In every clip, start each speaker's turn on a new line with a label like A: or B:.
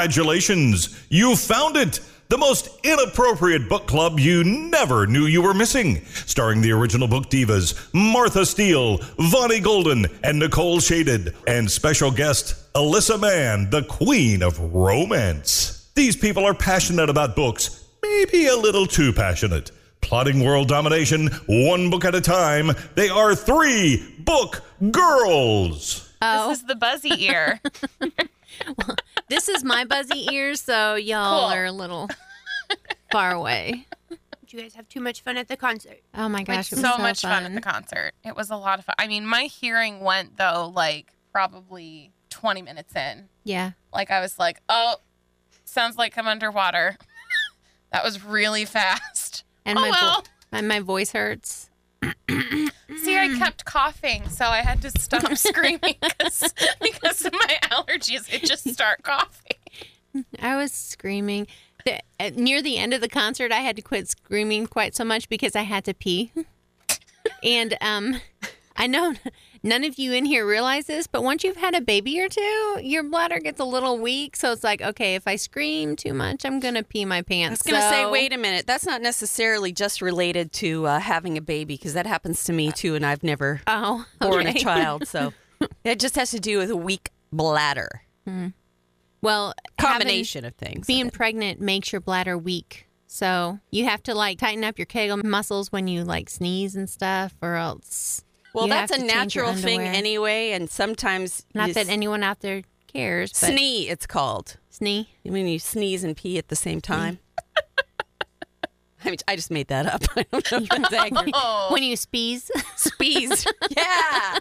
A: Congratulations! You found it! The most inappropriate book club you never knew you were missing. Starring the original book divas Martha Steele, Vonnie Golden, and Nicole Shaded. And special guest Alyssa Mann, the queen of romance. These people are passionate about books, maybe a little too passionate. Plotting world domination, one book at a time. They are three book girls.
B: Oh,
C: This is the buzzy ear.
B: this is my buzzy ears, so y'all are a little far away.
D: you guys have too much fun at the concert?
B: Oh my gosh, it
C: so,
B: was
C: much fun. at the concert. It was a lot of fun. I mean, my hearing went though like probably 20 minutes in.
B: yeah,
C: Like I was like, "Oh, sounds like I'm underwater." that was really fast.
B: and
C: oh
B: my, vo-
C: well.
B: my my voice hurts.
C: See, I kept coughing, so I had to stop screaming 'cause- because of my allergies. It just start coughing.
B: I was screaming. The, at, near the end of the concert, I had to quit screaming quite so much because I had to pee. and um, I know none of you in here realize this, but once you've had a baby or two, your bladder gets a little weak. So it's like, okay, if I scream too much, I'm gonna pee my
E: I was
B: pants.
E: going to say,
B: So-
E: wait a minute. That's not necessarily just related to uh, having a baby because that happens to me too, and I've never
B: Oh,
E: born a
B: okay.
E: child. So it just has to do with a weak bladder
B: Well, having-
E: combination of things.
B: being pregnant makes your bladder weak. So you have to like tighten up your Kegel muscles when you like sneeze and stuff, or else.
E: well,
B: you
E: that's
B: have
E: a
B: to change your
E: natural thing
B: underwear.
E: anyway, and sometimes
B: Not
E: you
B: that anyone out there cares, but sneeze.
E: snee it's called when you sneeze and pee at the
B: Mm.
E: same time. I mean, I just made that up. I don't know if that's accurate.
C: Oh,
B: When you sneeze.
E: Bees. Yeah.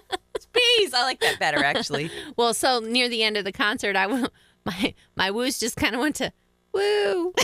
E: Bees. I like that better, actually.
B: well, so near the end of the concert, I went- my my woos just kind of went to woo.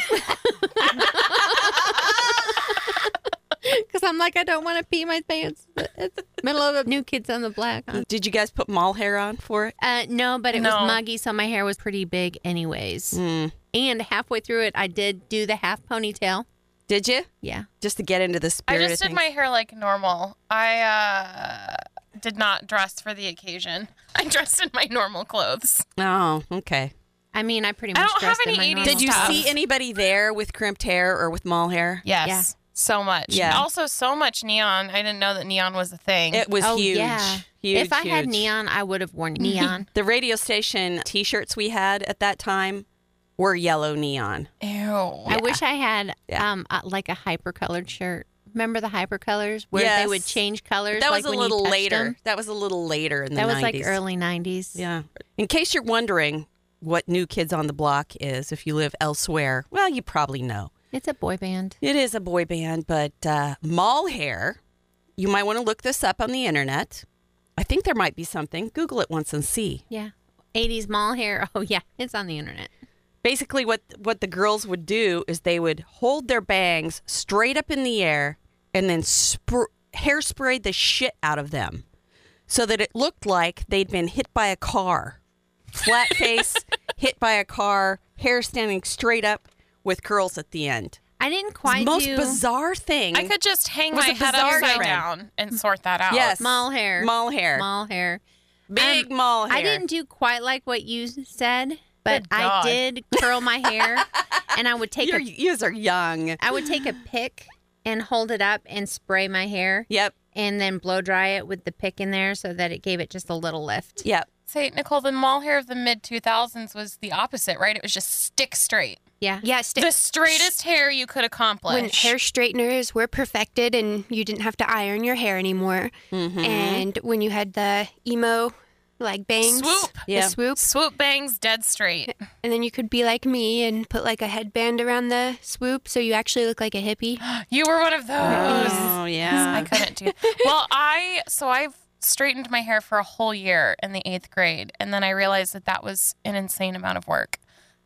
B: Because I'm like, I don't want to pee my pants. But It's middle of the new kids on the block.
E: Did you guys put mall hair on for it?
B: Uh, no, but it
C: No.
B: was muggy, so my hair was pretty big, anyways.
E: Mm.
B: And halfway through it, I did do the half ponytail.
E: Did you?
B: Yeah.
E: Just to get into the
C: I
E: spirit.
C: just
E: of
C: did
E: things.
C: my hair like normal. I uh, did not dress for the occasion. I dressed in my normal clothes.
E: Oh, okay.
B: I mean, I pretty
C: I
B: much
C: don't have
B: dressed in
C: any
B: my
C: 80s
B: normal
E: Did you
C: Tough.
E: see anybody there with crimped hair or with mall hair?
C: Yes.
B: Yeah.
C: So much.
E: Yeah.
C: Also, so much neon. I didn't know that neon was a thing.
E: It was
B: Oh,
E: huge.
B: yeah.
E: Huge.
B: if I had
E: huge.
B: neon, I would have worn neon.
E: The radio station t shirts we had at that time were yellow neon.
C: Ew.
B: I wish I had
E: Yeah.
B: um uh, like a hyper colored shirt. Remember the hyper colors where they
E: Yes.
B: would change colors?
E: That
B: like,
E: was a
B: when you
E: little
B: touched
E: later.
B: them?
E: That was a little later in the
B: That was
E: 90s.
B: like early 90s.
E: Yeah. In case you're wondering what New Kids on the Block is, if you live elsewhere, well, you probably know.
B: It's a boy band.
E: It is a boy band, but uh, Mall Hair, you might want to look this up on the internet. I think there might be something. Google it once and see.
B: Yeah. 80s mall hair. Oh, yeah. It's on the internet.
E: Basically, what, what the girls would do is they would hold their bangs straight up in the air and then spr- hairspray the shit out of them so that it looked like they'd been hit by a car. Flat face, hit by a car, hair standing straight up with curls at the end.
B: I didn't
E: It's
B: quite
E: the most
B: do
E: bizarre thing.
C: I could just hang
E: Was
C: my
E: a
C: head
E: bizarre
C: upside
E: trend.
C: down and sort that out.
E: Yes.
B: mall hair.
E: Mall hair.
B: Mall hair.
E: Big
B: Um,
E: mall hair.
B: I didn't do quite like what you said, but
C: Good
B: I
C: God.
B: did curl my hair, and I would take
E: Your
B: a
E: ears are young.
B: I would take a pick and hold it up and spray my hair,
E: Yep.
B: and then blow dry it with the pick in there so that it gave it just a little lift.
E: Yep.
C: Say, Nicole, the mall hair of the mid 2000s was the opposite, right? It was just stick straight.
B: Yeah,
D: Yeah, st-
C: The straightest hair you could accomplish.
D: when hair straighteners were perfected and you didn't have to iron your hair anymore,
E: Mm-hmm.
D: and when you had the emo like bangs,
C: Swoop.
E: Yeah.
D: the swoop,
C: Swoop bangs dead straight.
D: and then you could be like me and put like a headband around the swoop so you actually look like a hippie.
C: You were one of those.
E: Oh
C: I
E: yeah.
C: couldn't do. well, I so I've straightened my hair for a whole year in the eighth grade, and then I realized that that was an insane amount of work.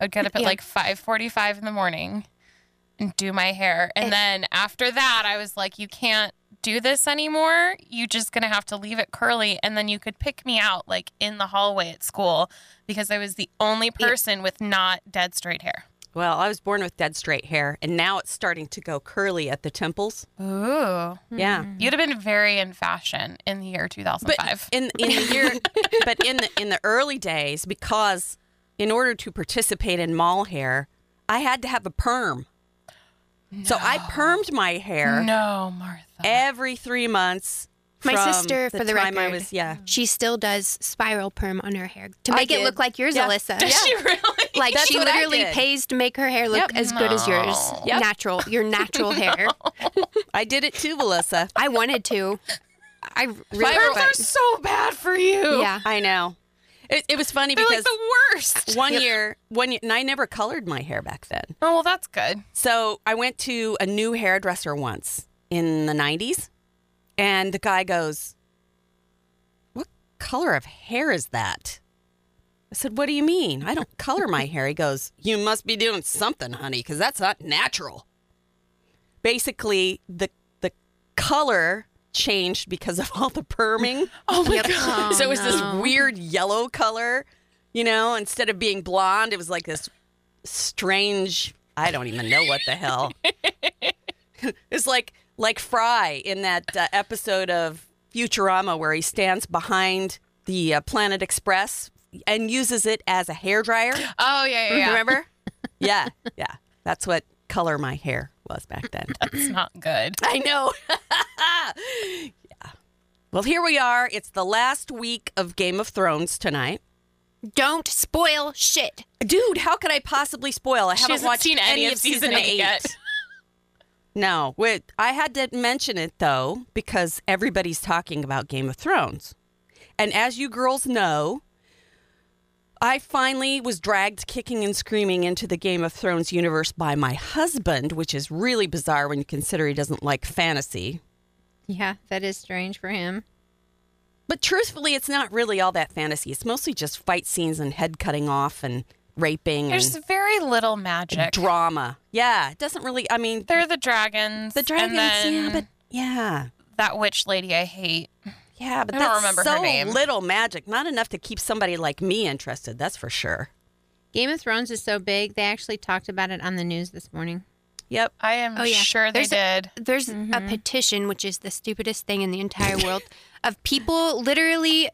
C: I'd get up at like five forty-five in the morning and do my hair, and then after that, I was like, "You can't do this anymore. You're just gonna have to leave it curly." And then you could pick me out like in the hallway at school because I was the only person with not dead straight hair.
E: Well, I was born with dead straight hair, and now it's starting to go curly at the temples.
C: Ooh,
E: Yeah.
C: you'd have been very in fashion in the year two thousand
E: Mm-hmm. But
C: five.
E: in in the year, but in the in the early days, because in order to participate in mall hair, I had to have a perm. So I permed my hair
C: No, Martha.
E: every three months.
D: My
E: from
D: sister, for the
E: time I
D: record.
E: was yeah.
D: She still does spiral perm on her hair to
E: I
D: make it
E: did.
D: look like yours,
E: Yeah.
D: Alyssa.
C: Does she really?
D: Like
E: That's
D: she
E: what I
D: literally
E: did.
D: pays to make her hair look
E: Yep.
D: as good as yours,
E: Yep.
D: natural, your natural hair.
E: I did it too, Melissa.
D: I wanted to. I really,
E: Spiral
C: Perms are
D: but,
C: so bad for you.
D: yeah.
E: I know. It, it was funny
C: They're like
E: because
C: the worst.
E: one year, one year, and I never colored my hair back then.
C: Oh well, that's good.
E: So I went to a new hairdresser once in the 90s, and the guy goes, What color of hair is that? I said, What do you mean? I don't color my hair. He goes, You must be doing something, honey, because that's not natural. Basically, the, the color changed because of all the perming.
C: Oh my
B: Oh,
E: so it was this
B: no.
E: weird yellow color, you know, instead of being blonde, it was like this strange, I don't even know what the hell. it's like like Fry in that uh, episode of Futurama where he stands behind the uh, Planet Express and uses it as a hairdryer.
C: Oh yeah, yeah, yeah.
E: Remember? yeah. Yeah. That's what color my hair was back then.
C: It's not good.
E: I know. yeah. Well, here we are. It's the last week of Game of Thrones tonight.
D: Don't spoil shit.
E: Dude, how could I possibly spoil? I
C: She
E: haven't
C: hasn't
E: watched
C: seen any of season eight yet.
E: No, wait, I had to mention it though because everybody's talking about Game of Thrones, and as you girls know, I finally was dragged kicking and screaming into the Game of Thrones universe by my husband, which is really bizarre when you consider he doesn't like fantasy.
B: Yeah, that is strange for him.
E: But truthfully, it's not really all that fantasy. It's mostly just fight scenes and head cutting off and raping
C: There's
E: and
C: very little magic.
E: drama. Yeah, it doesn't really. I mean,
C: They're the dragons.
E: the dragons.
C: And then
E: yeah, but yeah.
C: that witch lady I hate.
E: Yeah, but
C: I don't
E: that's
C: remember her
E: so
C: name.
E: little magic. Not enough to keep somebody like me interested. That's for sure.
B: Game of Thrones is so big, they actually talked about it on the news this morning.
E: Yep.
C: I am
D: Oh, yeah.
C: sure they
D: There's a-
C: did.
D: There's
E: Mm-hmm.
D: a petition, which is the stupidest thing in the entire world, of people literally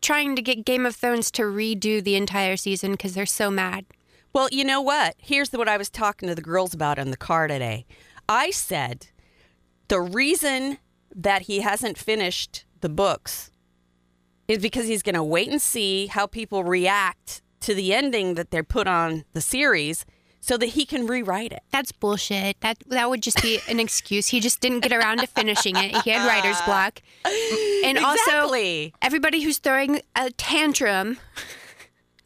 D: trying to get Game of Thrones to redo the entire season because they're so mad.
E: Well, you know what? Here's what I was talking to the girls about in the car today. I said the reason that he hasn't finished the books is because he's going to wait and see how people react to the ending that they put on the series so that he can rewrite it.
D: That's bullshit. That that would just be an excuse. He just didn't get around to finishing it. He had writer's block, and also
E: exactly.
D: everybody who's throwing a tantrum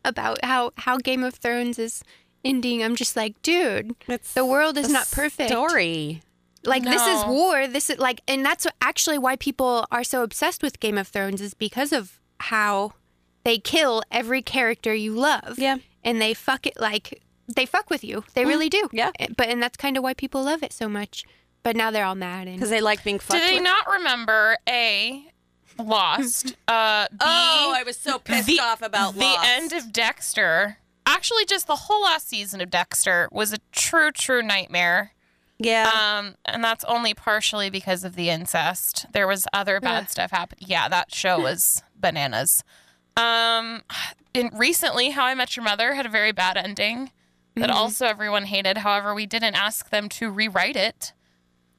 D: about how how Game of Thrones is ending. I'm just like, dude,
E: It's
D: the world is
E: a
D: not perfect.
E: Story.
D: Like this is
C: No.
D: war. This is like, and that's actually why people are so obsessed with Game of Thrones is because of how they kill every character you love.
E: Yeah.
D: and they fuck it like they fuck with you. They really do.
E: Mm-hmm. yeah.
D: And- but and that's kind of why people love it so much. But now they're all mad and
E: Because they like being
C: Do
E: fucked
C: they
E: with.
C: not remember A Lost? Uh B
E: Oh, I was so pissed off about
C: the
E: Lost.
C: end of Dexter. Actually just the whole last season of Dexter was a true, true nightmare.
E: Yeah.
C: Um, and that's only partially because of the incest. There was other bad stuff happening. Yeah, that show was bananas. Um, and recently, How I Met Your Mother had a very bad ending that also everyone hated. However, we didn't ask them to rewrite it.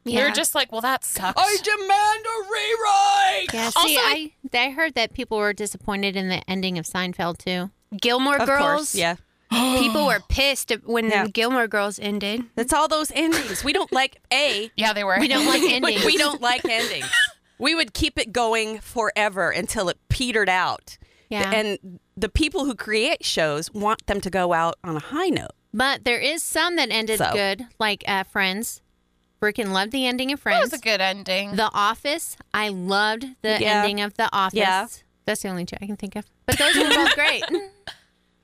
C: We
D: Yeah.
C: were just like, well, that sucks.
E: demand a rewrite.
B: Yeah,
C: Also,
B: see, I, I heard that people were disappointed in the ending of Seinfeld too.
D: Gilmore
E: Of
D: Girls.
E: course, yeah.
D: people were pissed when
E: Yeah.
D: Gilmore Girls ended.
E: That's all those endings. We don't like a.
C: yeah, they were.
B: We don't like endings.
E: We don't like endings. We would keep it going forever until it petered out.
B: Yeah.
E: And the people who create shows want them to go out on a high note.
B: But there is some that ended
E: So.
B: good, like uh, Friends. Frickin' loved the ending of
C: That
B: Friends.
C: was a good ending.
B: The Office. I loved the
E: Yeah.
B: ending of The Office.
E: Yeah.
B: That's the only two I can think of. But those were both great.
D: But you,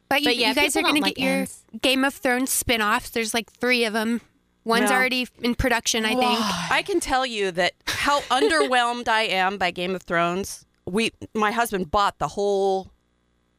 B: But yeah,
D: you guys are
B: people don't
D: going to
B: like
D: get your
B: ends.
D: Game of Thrones spin-offs. There's like three of them. One's
E: No.
D: already in production, I think.
E: I can tell you that how underwhelmed I am by Game of Thrones. We, my husband bought the whole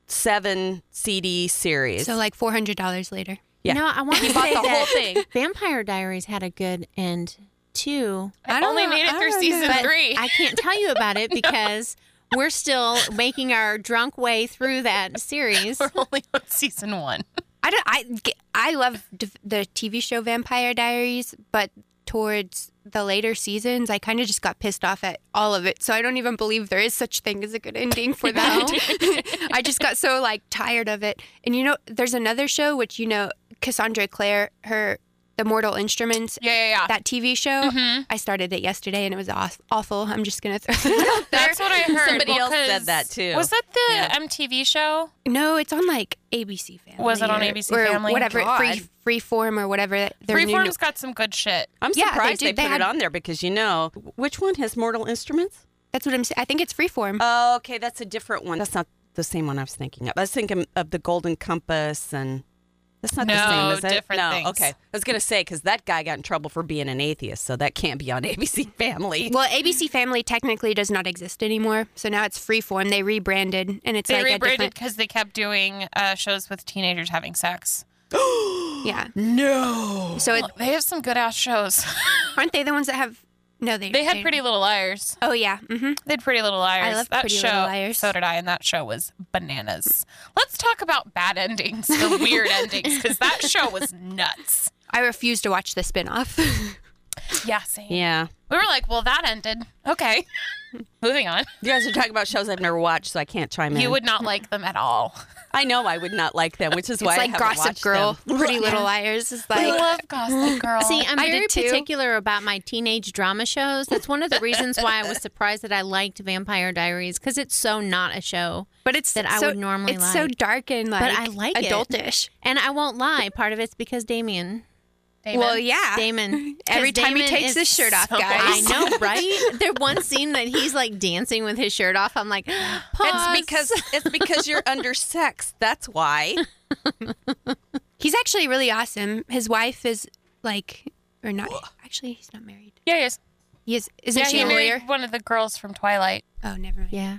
E: seven CD series.
D: So like four hundred dollars later.
E: Yeah.
B: No, I want to
E: he bought
B: say
E: the whole
B: that
E: thing.
B: Vampire Diaries had a good end too.
C: I,
D: don't
C: only
D: know-
C: made it
D: I
C: through
D: don't
C: season
D: know.
B: But
C: three.
B: I can't tell you about it because we're still making our drunk way through that series.
C: We're only on season one.
D: I don't. I get- I love d- the TV show Vampire Diaries, but towards the later seasons, I kind of just got pissed off at all of it. So I don't even believe there is such thing as a good ending for that. I just got so like tired of it. And you know, there's another show which you know Cassandra Clare, her The Mortal Instruments.
C: Yeah, Mm-hmm. yeah, yeah.
D: That TV show, I started it yesterday and it was aw- awful. I'm just gonna throw that out there.
C: That's what I heard.
E: Somebody else said
C: because-
E: that, too.
C: Was that the MTV show?
D: No, it's on like ABC Family.
C: Was it on
D: or-
C: ABC
D: or
C: Family?
D: Whatever, free
E: God.
D: freeform or whatever. that- Their new-
C: Freeform's got some good shit.
E: I'm
D: Yeah, they
E: surprised they,
D: did. They
E: put
D: had-
E: it on there because you know which one has mortal instruments?
D: That's what I'm saying. I think it's freeform.
E: Oh, okay, that's a different one. That's not the same one I was thinking of. I was thinking of the Golden Compass and. That's not the
C: No,
E: same, is it?
C: different
E: no,
C: things.
E: okay. I was gonna say because that guy got in trouble for being an atheist, so that can't be on ABC Family.
D: Well, ABC Family technically does not exist anymore, so now it's Freeform. They rebranded, and it's
C: They
D: like a
C: rebranded
D: different.
C: because they kept doing uh, shows with teenagers having sex.
D: Yeah.
E: No.
D: So it,
C: Well, they have some good ass shows.
D: aren't they the ones that have? No, they
C: they had Pretty Little Liars.
D: Oh yeah. Mm-hmm.
C: They had Pretty Little Liars.
D: love
C: that
D: Pretty
C: show.
D: Little Liars.
C: So did I, and that show was bananas. Let's talk about bad endings, the weird endings, because that show was nuts.
D: I refuse to watch the spin-off.
C: Yeah, same.
E: Yeah.
C: We were like, well, that ended. Okay, moving on.
E: You guys are talking about shows I've never watched, so I can't chime in.
C: You would not like them at all.
E: I know I would not like them, which is why
D: it's
E: I
D: like
E: haven't
D: Gossip
E: watched
D: Girl,
E: them.
D: Pretty Little Liars is
C: I
D: like.
C: love Gossip Girl.
B: See, I'm
D: Uh, I
B: very
D: did too.
B: particular about my teenage drama shows. That's one of the reasons why I was surprised that I liked Vampire Diaries because it's so not a show.
D: But it's
B: that I
D: so-
B: would normally
D: It's so
B: like.
D: dark and like.
B: But I like it.
D: adultish.
B: And I won't lie, part of it's because Damien.
C: Damon.
D: Well, yeah.
B: Damon. 'Cause
D: Every time
B: Damon
D: he takes
B: is
D: his shirt off,
B: so- I
D: guys.
B: know, right? There one scene that he's like dancing with his shirt off. I'm like, pause.
E: It's because it's because you're undersexed. That's why.
D: He's actually really awesome. His wife is like, or not. Actually, he's not married.
C: yeah, yes.
D: He is. Isn't
C: Yeah,
D: she
C: he
D: a lawyer?
C: married one of the girls from Twilight.
D: Oh, never mind.
B: yeah.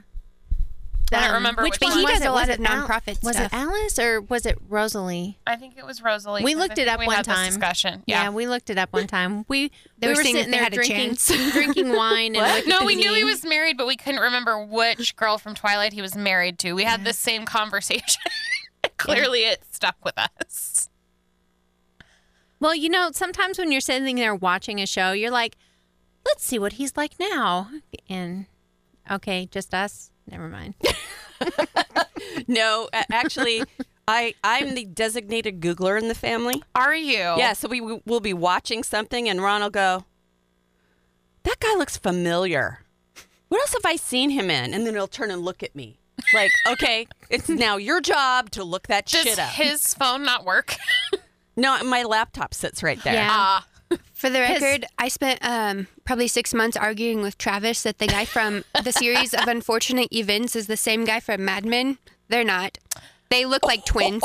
C: I don't
B: Um,
C: remember which,
D: which- but
C: one.
D: he
B: was
D: does
B: it?
D: a
B: Was
D: lot
B: it
D: of
B: Al-
D: nonprofit
B: Was it
D: stuff.
B: Alice or was it Rosalie?
C: I think it was Rosalie.
B: We
C: 'cause
B: looked
C: I
B: it
C: think
B: up
C: we
B: one
C: had this
B: time.
C: discussion.
B: Yeah.
C: Yeah.
B: we looked it up one time. We we
D: They were
B: were
D: seeing
B: sitting
D: if they
B: there
D: had a
B: drinking
D: chance.
B: drinking wine and
C: no, we knew he was married, but we couldn't remember which girl from Twilight he was married to. We had the same conversation. Clearly, it stuck with us.
B: Well, you know, sometimes when you're sitting there watching a show, you're like, let's see what he's like now. And okay, just us. Never mind.
E: No, a- actually, I I'm the designated Googler in the family.
C: Are you?
E: Yeah, so we we- we'll be watching something, and Ron will go, "That guy looks familiar. What else have I seen him in?" And then he'll turn and look at me, like, "Okay, it's now your job to look that
C: Does
E: shit up."
C: his phone not work?
E: no, my laptop sits right there.
B: Yeah.
C: Ah,
D: For the record, I spent um, probably six months arguing with Travis that the guy from the series of unfortunate events is the same guy from Mad Men. They're not. They look like twins.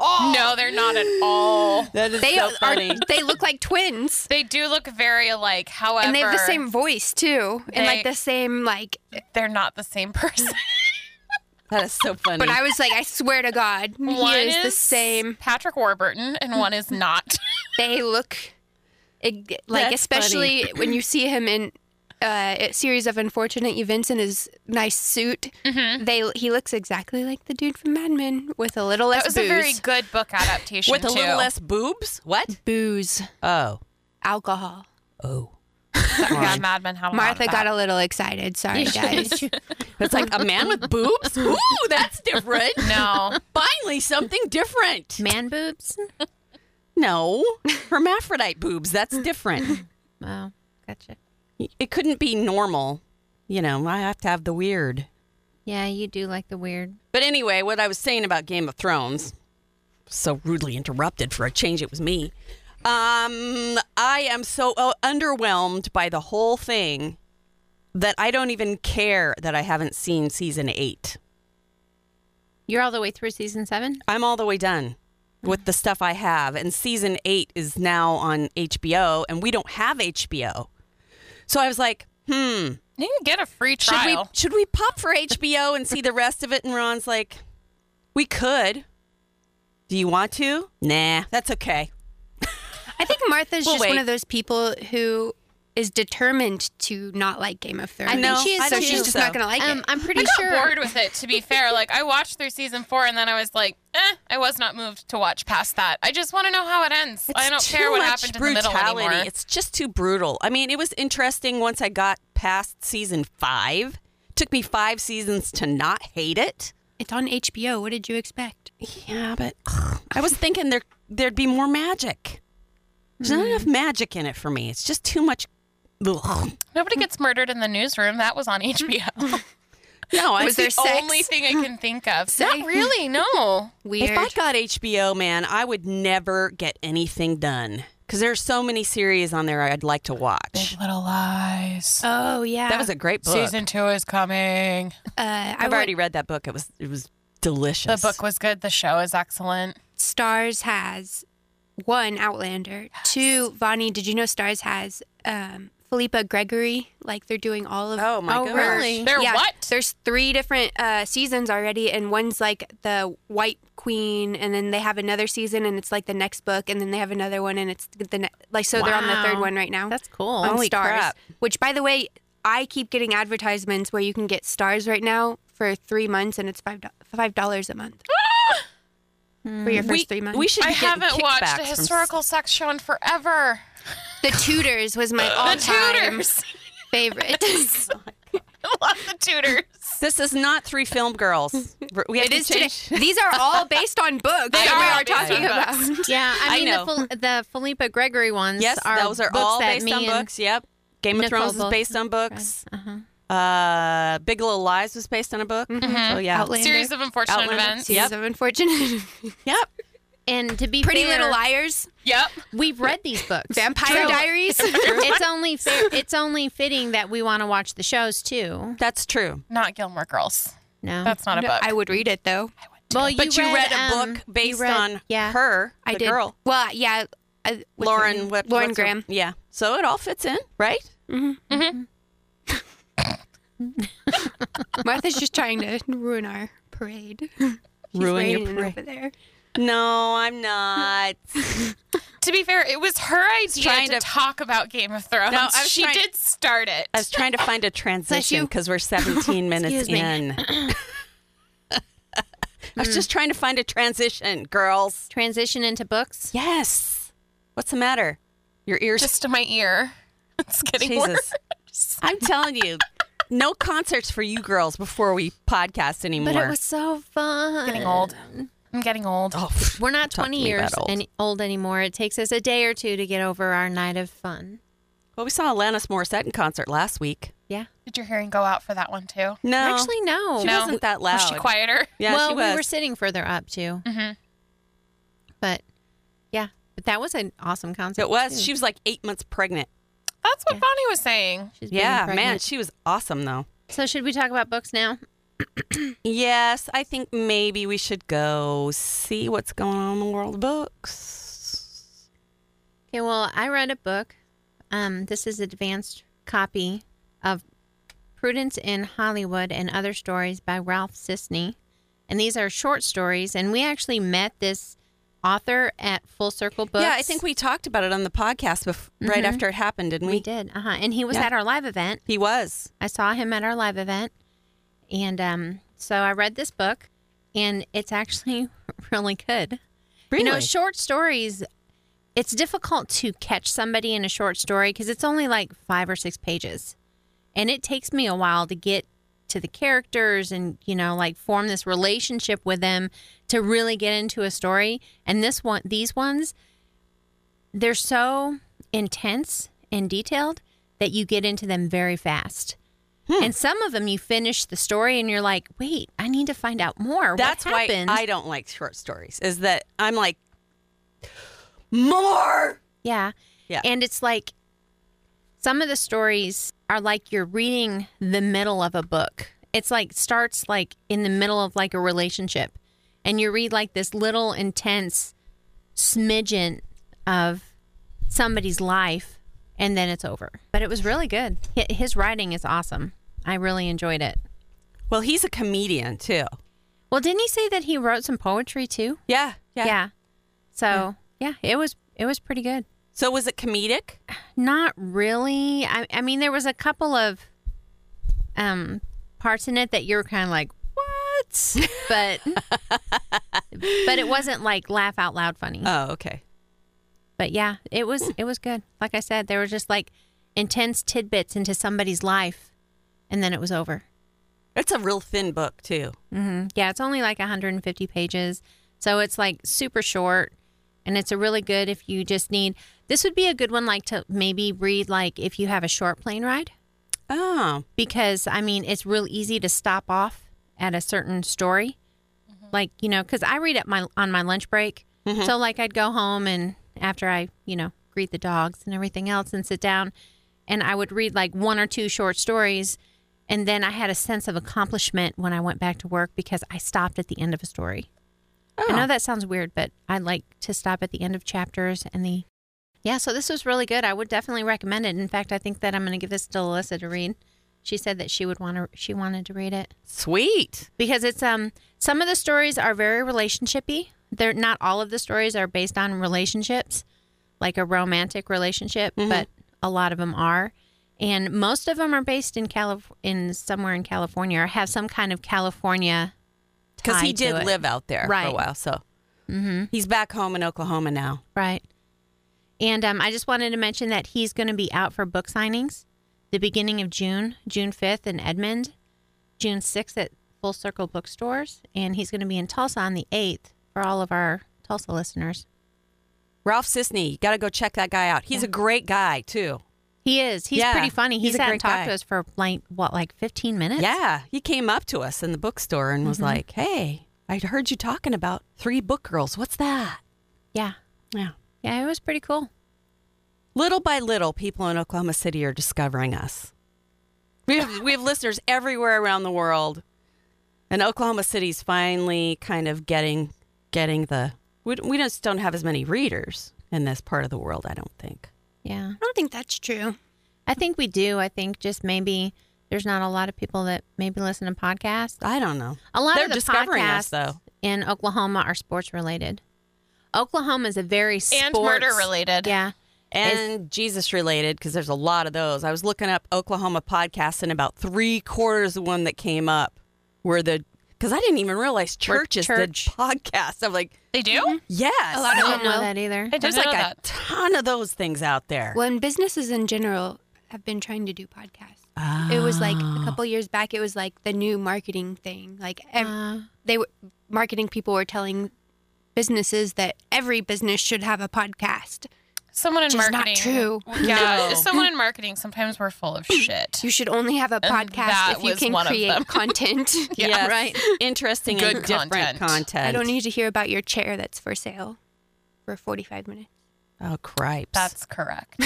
C: no, they're not at all.
E: That is
D: They
E: so
D: are.
E: funny.
D: They look like twins,
C: They do look very alike. However,
D: and they have the same voice too, and like
C: They-
D: the same like.
C: They're not the same person.
E: that is so funny.
D: But I was like, I swear to God,
C: One
D: he is, the same.
C: Patrick Warburton, and one is not.
D: They look ig- like,
E: That's
D: especially when you see him in. Uh, a series of unfortunate events in his nice suit.
B: Mm-hmm.
D: They he looks exactly like the dude from Mad Men with a little less
C: That was
D: booze.
C: a very good book adaptation.
E: with a
C: too.
E: little less boobs. What?
D: booze,
E: Oh,
D: alcohol.
E: oh.
C: Yeah, Mad Men had a lot
D: Martha
C: of
D: got
C: that.
D: a little excited. Sorry, guys.
E: It's like a man with boobs. Ooh, that's different.
C: no.
E: Finally, something different.
B: Man boobs?
E: No, hermaphrodite boobs. That's different.
B: Wow. Gotcha.
E: It couldn't be normal. You know, I have to have the weird.
B: Yeah, you do like the weird.
E: But anyway, what I was saying about Game of Thrones, so rudely interrupted for a change, it was me. Um, I am so uh, underwhelmed by the whole thing that I don't even care that I haven't seen season eight.
B: You're all the way through season seven?
E: I'm all the way done with the stuff I have. And season eight is now on HBO, and we don't have HBO. So I was like, hmm,
C: You can get a free
E: should we,
C: trial.
E: should we pop for HBO and see the rest of it? And Ron's like, we could. Do you want to? Nah, that's okay.
D: I think Martha's
E: Well,
D: just
E: wait.
D: one of those people who is determined to not like Game of Thrones.
B: I think
E: No,
B: she is
E: I
D: so
E: don't
D: she's
E: think
D: just
E: so.
D: not going to like
B: Um,
D: it.
B: I'm pretty
C: I got
B: sure.
C: bored with it. To be fair, like I watched through season four, and then I was like, eh, I was not moved to watch past that. I just want to know how it ends. I don't care what happened in the middle anymore.
E: It's just too brutal. I mean, it was interesting once I got past season five. Took me five seasons to not hate it.
D: It's on HBO. What did you expect?
E: Yeah, but ugh, I was thinking there there'd be more magic. There's not enough magic in it for me. It's just too much. ugh.
C: Nobody gets murdered in the newsroom. That was on HBO.
E: No, I
D: Was there
E: was.
D: sex?
C: Only thing I can think of.
D: Sex?
C: Not really. No.
D: Weird.
E: If I got HBO, man, I would never get anything done because there's so many series on there I'd like to watch.
C: Little Lies.
D: oh yeah.
E: That was a great book.
C: Uh, Season two is coming.
D: uh, I
E: I've
D: want
E: already read that book. It was it was
C: The
E: delicious.
C: book was good. The show is excellent.
D: Stars has one Outlander, two Vani. Did you know Stars has um, Philippa Gregory? Like they're doing all of
E: Oh my
D: all
E: gosh.
D: her-
B: Really?
C: They're what?
D: There's three different uh, seasons already, and one's like the White Queen, and then they have another season, and it's like the next book, and then they have another one, and it's the ne- like so they're on the third
B: Wow.
D: one right now.
B: That's cool.
D: on
E: Holy
D: Stars,
E: crap.
D: which by the way, I keep getting advertisements where you can get Stars right now for three months, and it's five do- five dollars a month for
C: Hmm.
D: your first
E: we,
D: three months.
E: we should.
C: I
E: be getting
C: haven't watched
E: kickbacks
C: a
E: from-
C: historical sex show in forever.
D: the Tudors was my all
C: The
D: time
C: Tudors.
D: favorite.
C: I love the Tudors.
E: This is not three film girls. We have
D: it
E: to
D: is today.
E: change.
D: These are all based on books
C: are
D: that we
C: all
D: are
C: based on
D: talking about.
C: books.
B: Yeah, I
E: I
B: mean
E: know.
B: the Fel- the Philippa Gregory ones.
E: Yes,
B: are
E: those are
B: books
E: all
B: that
E: based
B: me
E: on
B: and-
E: books. Yep. Game of
B: Nicole
E: Thrones is
B: both- Uh-huh.
E: based on books. Uh, Big Little Lies was based on a book.
B: Mm-hmm.
E: So yeah.
D: Outlander.
C: Series of unfortunate
E: Outlander.
C: events.
E: Yep.
D: Series of unfortunate.
E: Yep.
B: And to be
D: Pretty
B: fair,
D: Little Liars,
C: Yep.
B: we've read these books.
D: Vampire
B: So
D: Diaries.
B: it's only fair. It's only fitting that we want to watch the shows too.
E: That's true.
C: Not Gilmore Girls.
B: No,
C: That's not a book.
D: I would read it though.
B: well, you
E: but you read, a
B: um,
E: book
B: you
E: based
B: read-
E: on
B: yeah.
E: her, the
D: I did.
E: girl,
D: Well, yeah. Uh, what's her
E: Lauren.
D: name?
E: What,
D: Lauren
E: what's her-
D: Graham.
E: yeah. So it all fits in, right?
D: Martha's just trying to ruin our parade. She's
E: Ruin your
D: raining
E: parade.
D: over there.
E: No, I'm not.
C: to be fair, it was her idea
E: trying
C: to,
E: to-
C: talk about Game of Thrones.
E: No, I was
C: she
E: trying-
C: did start it.
E: I was trying to find a transition
D: you.
E: because we're 17 minutes
B: Excuse me.
E: in. I was
B: Hmm.
E: just trying to find a transition, girls.
B: transition into books.
E: Yes. What's the matter? Your ears.
C: Just to my ear. It's getting worse.
E: Jesus. I'm telling you, no concerts for you girls before we podcast anymore.
B: But it was so fun.
C: Getting old. I'm getting old.
E: Oh,
B: We're not
E: Talk to
B: 20
E: me
B: years
E: about old.
B: Any, old anymore. It takes us a day or two to get over our night of fun.
E: well, we saw Alanis Morissette in concert last week.
B: Yeah.
C: Did your hearing go out for that one too?
E: No,
B: Actually, no.
E: she
C: No.
E: wasn't that loud.
C: Was she quieter?
E: Yeah,
B: well,
E: she was.
B: we were sitting further up too.
C: Mhm.
B: But yeah, but that was an awesome concert.
E: it was.
B: Too.
E: She was like eight months pregnant.
C: That's what Bonnie was saying.
B: She's being
E: Yeah, man,
B: pregnant.
E: she was awesome though.
B: So should we talk about books now?
E: Yes, I think maybe we should go see what's going on in the world of books.
B: Okay. Well, I read a book. Um, this is advanced copy of Prudence in Hollywood and Other Stories by Ralph Sisney, and these are short stories. And we actually met this author at Full Circle Books. Mm-hmm.
E: Yeah, I think we talked about it on the podcast bef- right after it happened, didn't we?
B: we did. Uh huh. And he was
E: Yeah.
B: at our live event.
E: He was.
B: I saw him at our live event. And um, so I read this book, and it's actually really good.
E: Really?
B: You know, short stories, it's difficult to catch somebody in a short story because it's only like five or six pages. And it takes me a while to get to the characters and, you know, like form this relationship with them to really get into a story. And this one, these ones, they're so intense and detailed that you get into them very fast.
E: Hmm.
B: And some of them you finish the story and you're like, wait, I need to find out more.
E: That's
B: what
E: why
B: happened?
E: I don't like short stories. Is that I'm like more.
B: Yeah.
E: Yeah.
B: And it's like some of the stories are like you're reading the middle of a book. It's like starts like in the middle of like a relationship and you read like this little intense smidgen of somebody's life and then it's over. But it was really good. Hi- His writing is awesome. I really enjoyed it.
E: Well, he's a comedian too.
B: Well, didn't he say that he wrote some poetry too?
E: Yeah, yeah.
B: So, yeah, it was it was pretty good.
E: So was it comedic?
B: Not really. I, I mean, there was a couple of um, parts in it that you were kind of like, what? But but it wasn't like laugh out loud funny.
E: Oh, okay.
B: but yeah, it was it was good. Like I said, there were just like intense tidbits into somebody's life, and then it was over.
E: It's a real thin book too.
B: hmm Yeah, it's only like 150 pages, so it's like super short, and it's a really good if you just need. This would be a good one, like to maybe read like if you have a short plane ride.
E: Oh,
B: because I mean, it's real easy to stop off at a certain story. Like, you know, because I read at my on my lunch break. So like I'd go home and after I, you know, greet the dogs and everything else and sit down and I would read like one or two short stories and then I had a sense of accomplishment when I went back to work because I stopped at the end of a story. I know that sounds weird, but I like to stop at the end of chapters and the yeah, so this was really good. I would definitely recommend it. In fact, I think that I'm going to give this to Alyssa to read. She said that she would want to. She wanted to read it
E: sweet.
B: because it's um some of the stories are very relationshipy. They're not all of the stories are based on relationships, like a romantic relationship, Mm-hmm. but a lot of them are, and most of them are based in Calif- in somewhere in California or have some kind of California.
E: Because
B: tie
E: he
B: to
E: did
B: it.
E: live out there for
B: Right. Mm-hmm.
E: a while, so he's back home in Oklahoma now.
B: Right. And um, I just wanted to mention that he's going to be out for book signings the beginning of June, June 5th in Edmond, June 6th at Full Circle Bookstores, and he's going to be in Tulsa on the 8th for all of our Tulsa listeners.
E: Ralph Sisney, you got to go check that guy out. He's a great guy too.
B: He is. He's
E: Yeah,
B: pretty funny. He
E: he's a
B: sat and
E: great
B: talked
E: guy.
B: to us for like, what, like 15 minutes?
E: Yeah, he came up to us in the bookstore and
B: Mm-hmm.
E: was like, "Hey, I heard you talking about Three Book Girls. What's that?"
B: Yeah.
E: Yeah.
B: Yeah, it was pretty cool.
E: Little by little, people in Oklahoma City are discovering us. We have we have listeners everywhere around the world, and Oklahoma City's finally kind of getting getting the. We, we just don't have as many readers in this part of the world. I don't think.
B: Yeah.
D: I don't think that's true.
B: I think we do. I think just maybe there's not a lot of people that maybe listen to podcasts.
E: I don't know.
B: A lot
E: They're
B: of the
E: discovering
B: podcasts
E: us, though.
B: in Oklahoma are sports related. Oklahoma is a very sports
C: And murder related.
B: Yeah,
E: and Jesus related because there's a lot of those. I was looking up Oklahoma podcasts, and about three quarters of one that came up were the because I didn't even realize churches
B: church.
E: did podcasts. I'm like,
C: They do?
E: yes,
B: I
D: don't
B: don't know
D: know.
B: that either.
C: I
E: there's
C: didn't
E: like
C: know
E: a
C: that.
E: ton of those things out there.
D: Well, and businesses in general have been trying to do podcasts. It was like a couple years back. It was like the new marketing thing. Like ev-
C: Uh.
D: they were marketing people were telling businesses that every business should have a podcast.
C: Someone in
D: Which is not
C: marketing.
D: true.
C: Yeah. Someone in marketing, sometimes we're full of shit.
D: You should only have a
C: that
D: podcast if you
C: was
D: can
C: one of them.
D: create content.
E: Yes.
B: right.
E: Interesting and
C: Good
E: different
C: content.
E: content.
D: I don't need to hear about your chair that's for sale for 45 minutes.
E: Oh, cripes!
C: That's correct.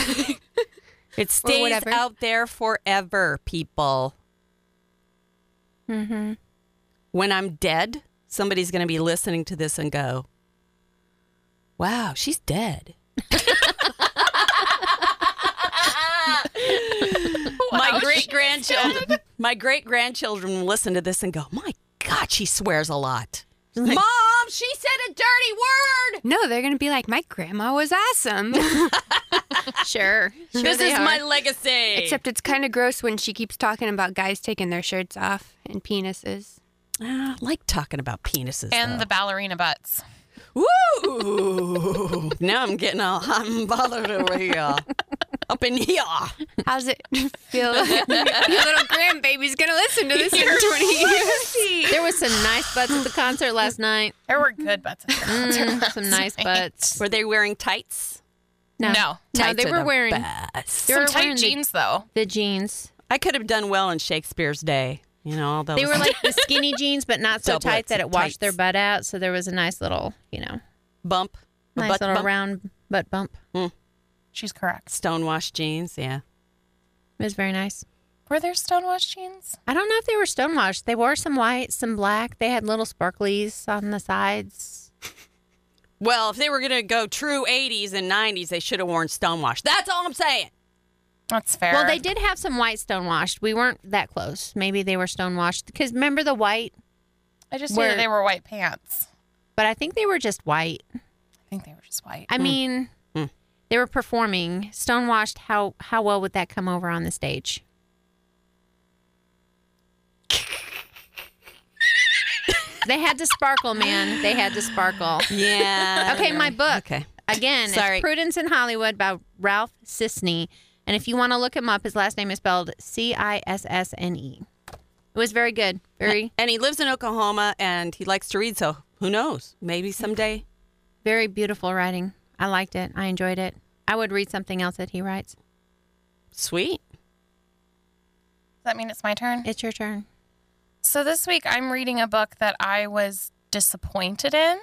E: it stays
D: whatever.
E: out there forever, people.
B: Mm-hmm.
E: When I'm dead, somebody's going to be listening to this and go, "Wow, she's dead." my great grandchildren my great grandchildren listen to this and go my god she swears a lot mom she said a dirty word
D: No, they're going to be like, my grandma was awesome.
B: Sure.
E: this is my legacy
D: Except it's kind of gross when she keeps talking about guys taking their shirts off and penises.
E: Ah, I like talking about penises
C: and the ballerina butts.
E: though. woo now i'm getting all i'm bothered over here up in here
D: How's it feel? Your little grandbaby's going to listen to this in 20 years.
B: There was some nice butts at the concert last night.
C: There were good butts at the concert.
B: Mm, some nice butts.
E: were they wearing tights
B: No,
C: No.
B: no,
E: Tights
B: they
E: are
B: were
E: the
B: wearing
E: best.
B: they were
C: Some tight
B: wearing the-
C: jeans, though.
B: the, jeans.
E: i could have done well in shakespeare's day you know all those
B: They were like the skinny jeans, but not so
E: Doublets
B: tight that it
E: and
B: washed their
E: tights.
B: butt out. So there was a nice little, you know,
E: bump a
B: nice
E: butt
B: little
E: bump,
B: round butt bump.
C: She's correct.
E: stonewashed jeans yeah
B: It was very nice.
C: Were there stonewashed jeans?
B: I don't know if they were stonewashed. They wore some white, some black. They had little sparklies on the sides.
E: Well, if they were going to go true 80s and 90s, they should have worn Stonewash. That's all I'm saying.
C: That's fair.
B: Well, they did have some white stonewashed. We weren't that close. Maybe they were stonewashed because remember the white,
C: I just knew that
B: were-
C: they were white pants.
B: but I think they were just white.
C: I think they were just white.
B: I mean, they were performing Stonewashed, how how well would that come over on the stage? they had to sparkle, man. They had to sparkle.
E: Yeah.
B: Okay, my book.
E: Okay.
B: Again,
E: Sorry.
B: it's Prudence in Hollywood by Ralph Sisney. And if you want to look him up, his last name is spelled C I S S N E. It was very good. Very,
E: And he lives in Oklahoma and he likes to read, so who knows? Maybe someday.
B: very beautiful writing. I liked it. I enjoyed it. I would read something else that he writes.
E: Sweet.
C: that mean it's my turn?
B: It's your turn.
C: So this week I'm reading a book that I was disappointed in.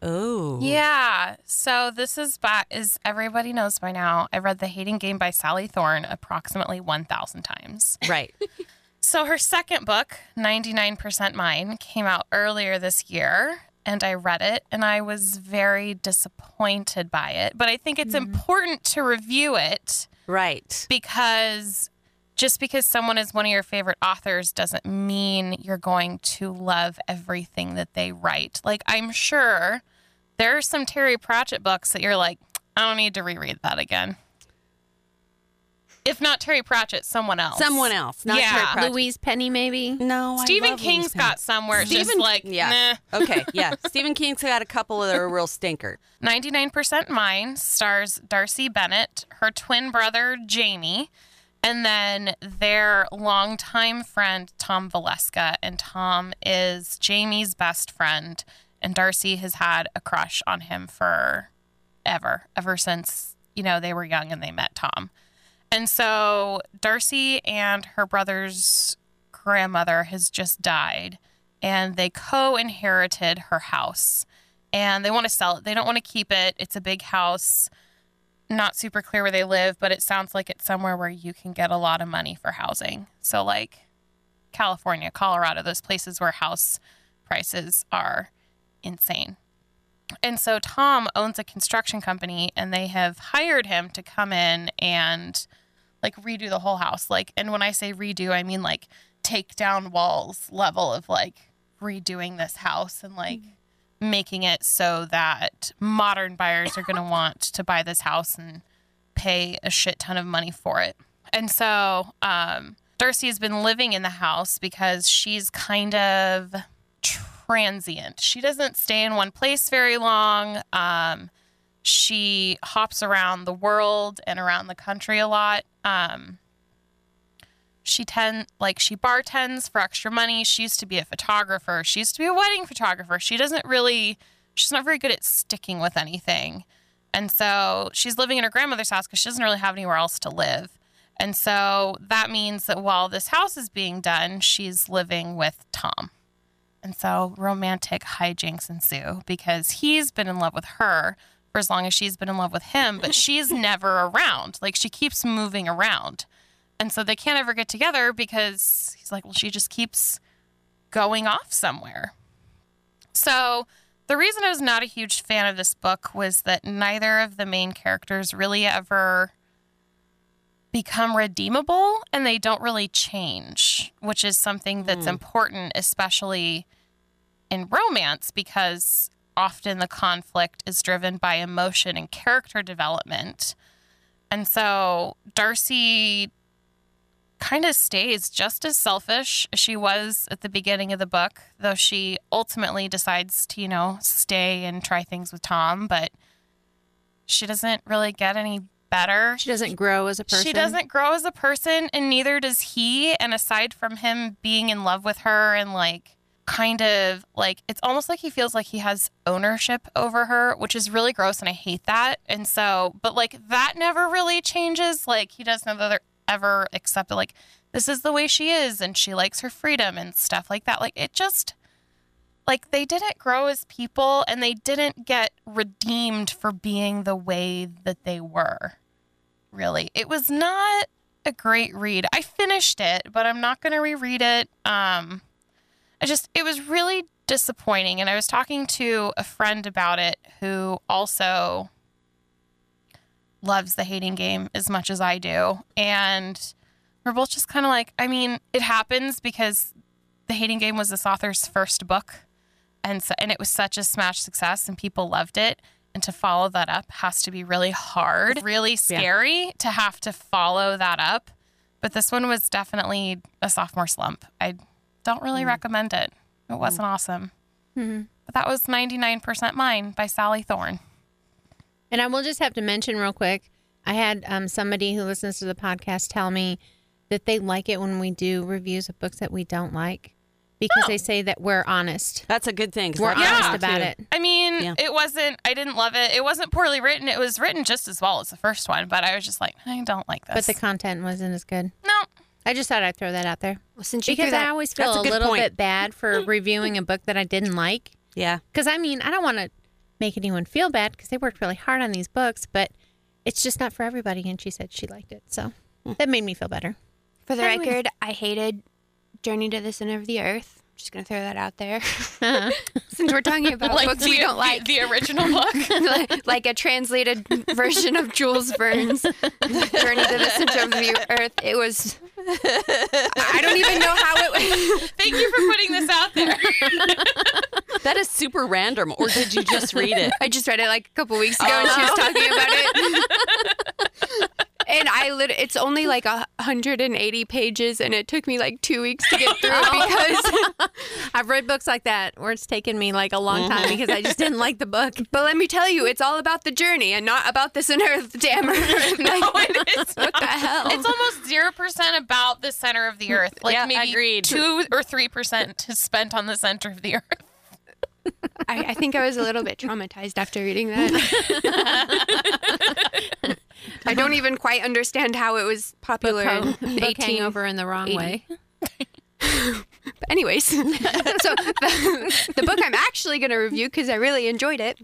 E: Oh.
C: Yeah. So this is by as everybody knows by now, I read The Hating Game by Sally Thorne approximately 1000 times.
E: Right.
C: So her second book, 99% Mine, came out earlier this year and I read it and I was very disappointed by it, but I think it's
B: Mm-hmm.
C: important to review it
E: Right.
C: because just because someone is one of your favorite authors doesn't mean you're going to love everything that they write. Like I'm sure there are some Terry Pratchett books that you're like, I don't need to reread that again. If not Terry Pratchett, someone else.
E: Someone else. Not
C: Yeah.
E: Terry Pratchett.
B: Louise Penny, maybe?
E: No. Oh, I
C: Stephen
E: love
C: King's
E: Louise Penny.
C: got somewhere it's just
E: Stephen-
C: like
E: yeah.
C: nah.
E: okay. Yeah. Stephen King's got a couple that are a real stinker.
C: 99% Mine stars Darcy Bennett, her twin brother Jamie, and then their longtime friend Tom Valeska. And Tom is Jamie's best friend, and Darcy has had a crush on him for ever, ever since, you know, they were young and they met Tom. And so Darcy and her brother's grandmother has just died, and they co inherited her house. And they want to sell it. They don't want to keep it. It's a big house. Not super clear where they live, but it sounds like it's somewhere where you can get a lot of money for housing. So, like California, Colorado, those places where house prices are insane. And so Tom owns a construction company and they have hired him to come in and like redo the whole house. Like and when I say redo, I mean like take down walls level of like redoing this house and like making it so that modern buyers are going to want to buy this house and pay a shit ton of money for it. And so um, Darcy has been living in the house because she's kind of transient. She doesn't stay in one place very long. Um, she hops around the world and around the country a lot. Um, she ten like she bartends for extra money. She used to be a photographer. She used to be a wedding photographer. She doesn't really she's not very good at sticking with anything. And so she's living in her grandmother's house because she doesn't really have anywhere else to live. And so that means that while this house is being done, she's living with Tom. And so romantic hijinks ensue because he's been in love with her for as long as she's been in love with him, but she's never around. Like she keeps moving around. And so they can't ever get together because he's like, well, she just keeps going off somewhere. So the reason I was not a huge fan of this book was that neither of the main characters really ever become redeemable and they don't really change, which is something that's important, especially in romance, because often the conflict is driven by emotion and character development. And so Darcy kind of stays just as selfish as she was at the beginning of the book, though she ultimately decides to, you know, stay and try things with Tom, but she doesn't really get any better.
B: She doesn't grow as a person.
C: She doesn't grow as a person, and neither does he. And aside from him being in love with her and like kind of like it's almost like he feels like he has ownership over her, which is really gross, and I hate that. And so, but like that never really changes. Like he doesn't ever ever accept that like this is the way she is, and she likes her freedom and stuff like that. Like it just like they didn't grow as people and they didn't get redeemed for being the way that they were really. It was not a great read. I finished it, but I'm not going to reread it. Um, I just, it was really disappointing. And I was talking to a friend about it who also loves the hating game as much as I do. And we're both just kind of like, I mean, it happens because the hating game was this author's first book. And, so, and it was such a smash success and people loved it. and to follow that up has to be really hard, really scary to have to follow that up. But this one was definitely a sophomore slump. I don't
D: Mm.
C: really recommend it. It wasn't awesome.
D: Mm-hmm.
C: But that was 99% Mine by Sally Thorne.
B: And I will just have to mention real quick I had um, somebody who listens to the podcast tell me that they like it when we do reviews of books that we don't like because they say that we're honest.
E: That's a good thing. 'cause
B: We're
E: that's what I
B: honest
E: do,
B: about
E: too.
B: it.
C: I mean,
E: Yeah.
C: it wasn't, I didn't love it. It wasn't poorly written. It was written just as well as the first one, but I was just like, I don't like
B: But
C: this.
B: the content wasn't as good.
C: no.
B: I just thought I'd throw that out there.
D: Well, since you threw
B: Because I
D: that,
B: always
E: That's
B: feel
E: a
B: a,
E: good
B: little
E: point.
B: bit bad for reviewing a book that I didn't like.
E: Yeah.
B: Because I mean, I don't want to make anyone feel bad because they worked really hard on these books, but it's just not for everybody. And she said she liked it. So that made me feel better.
D: for the record, I hated Journey to the Center of the Earth. Just gonna throw that out there.
B: Uh-huh.
D: since we're talking about books we don't like,
C: the original book.
D: like, like a translated version of Jules Verne's Journey to the Center of the Earth. It was. I don't even know how it.
C: Thank you for putting this out there.
E: That is super random. Or did you just read it?
D: I just read it like a couple weeks ago, and she was talking about it. And I lit- it's only like a 180 pages, and it took me like two weeks to get through it because
B: I've read books like that where it's taken me like a long time because I just didn't like Mm-hmm. the book.
D: But let me tell you, it's all about the journey and not about this and earth dammer. What the hell?
C: It's almost zero percent about the center of the earth. Like
E: Yeah,
C: maybe
E: agreed.
C: two or three percent is spent on the center of the earth.
D: I, I think I was a little bit traumatized after reading that. I don't even quite understand how it was popular in 18 over.
B: over in the wrong way.
D: Anyways, so the, the book I'm actually going to review because I really enjoyed it.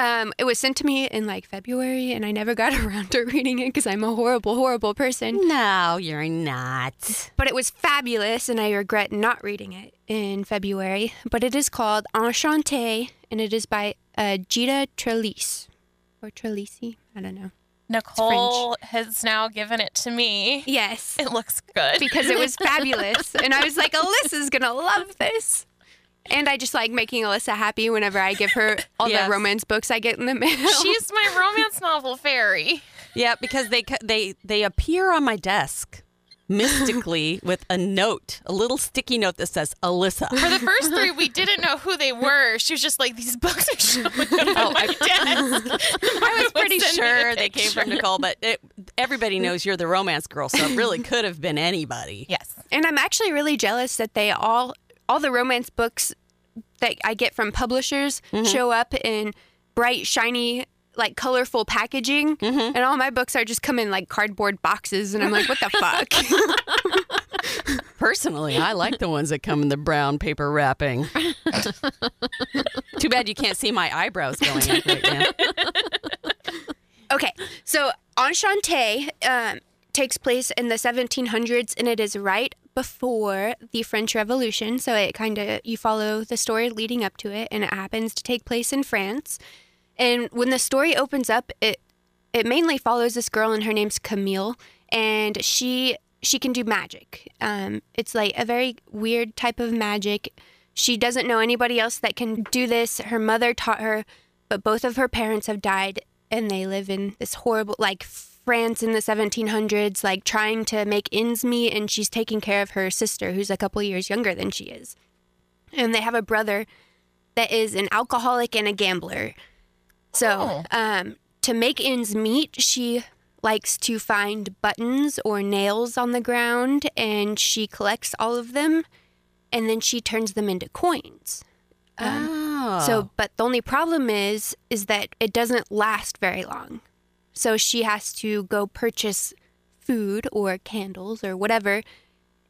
D: Um, it was sent to me in like February, and I never got around to reading it because I'm a horrible, horrible person.
E: No, you're not.
D: but it was fabulous and I regret not reading it in February. But it is called Enchanté and it is by uh, Gita Trelise or Trelisi. I don't know.
C: Nicole has now given it to me.
D: Yes,
C: It looks good.
D: because it was fabulous. And I was like, Alyssa's going to love this. And I just like making Alyssa happy whenever I give her all
E: Yes.
D: the romance books I get in the mail.
C: She's my romance novel fairy.
E: Yeah, because they c- they they appear on my desk mystically with a note, a little sticky note that says Alyssa.
C: For the first three, we didn't know who they were. She was just like, "These books are showing up on my desk."
E: I was pretty sure they came from Nicole, but it, everybody knows you're the romance girl, so it really could have been anybody.
C: Yes.
D: And I'm actually really jealous that they all all the romance books that I get from publishers show up in bright, shiny, like colorful packaging, and all my books are just come in like cardboard boxes, and I'm like, what the fuck?
E: Personally, I like the ones that come in the brown paper wrapping. Too bad you can't see my eyebrows going up right now.
D: okay, so Enchanté um, takes place in the 1700s, and it is right before the French Revolution. So it kind of you follow the story leading up to it, and it happens to take place in France. And when the story opens up, it it mainly follows this girl and her name's Camille and she she can do magic. Um, it's like a very weird type of magic. She doesn't know anybody else that can do this. Her mother taught her, but both of her parents have died and they live in this horrible like France in the 1700s like trying to make ends meet and she's taking care of her sister who's a couple years younger than she is. And they have a brother that is an alcoholic and a gambler. So,
E: Oh.
D: um, to make ends meet, she likes to find buttons or nails on the ground and she collects all of them and then she turns them into coins. Um,
E: Oh.
D: So, but the only problem is is that it doesn't last very long. So she has to go purchase food or candles or whatever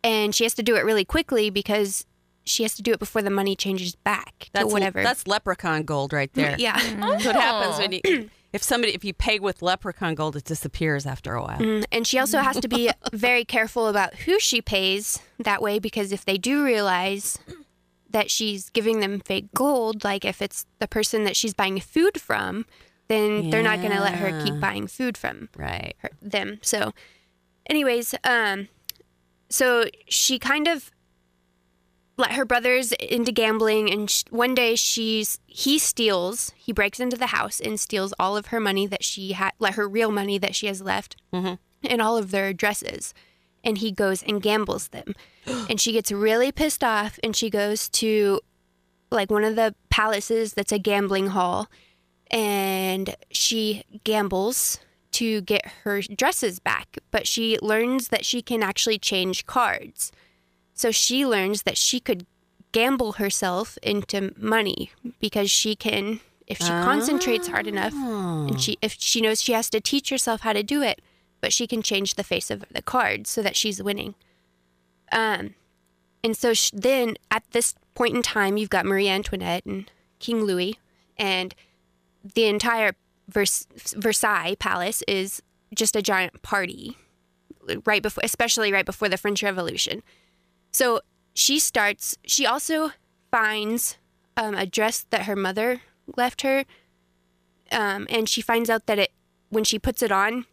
D: and she has to do it really quickly because she has to do it before the money changes back
E: that's
D: to whatever.
E: That's leprechaun gold right there.
D: yeah.
E: That's what happens when you if somebody if you pay with leprechaun gold, it disappears after a while.
D: Mm, And she also has to be very careful about who she pays that way because if they do realize that she's giving them fake gold, like if it's the person that she's buying food from, then they're not going to let her keep buying food from
E: Right.
D: her, them. So, anyways, um, so she kind of let her brothers into gambling and sh- one day she's he steals he breaks into the house and steals all of her money that she had let her real money that she has left and all of their dresses and he goes and gambles them and she gets really pissed off and she goes to like one of the palaces that's a gambling hall and she gambles to get her dresses back but she learns that she can actually change cards so she learns that she could gamble herself into money because she can if she concentrates hard enough and she if she knows she has to teach herself how to do it, but she can change the face of the card so that she's winning. Um and so sh- then at this point in time you've got Marie Antoinette and King Louis and the entire Vers- Versailles palace is just a giant party right before especially right before the French Revolution. So she starts, she also finds um, a dress that her mother left her. Um, and she finds out that it, when she puts it on,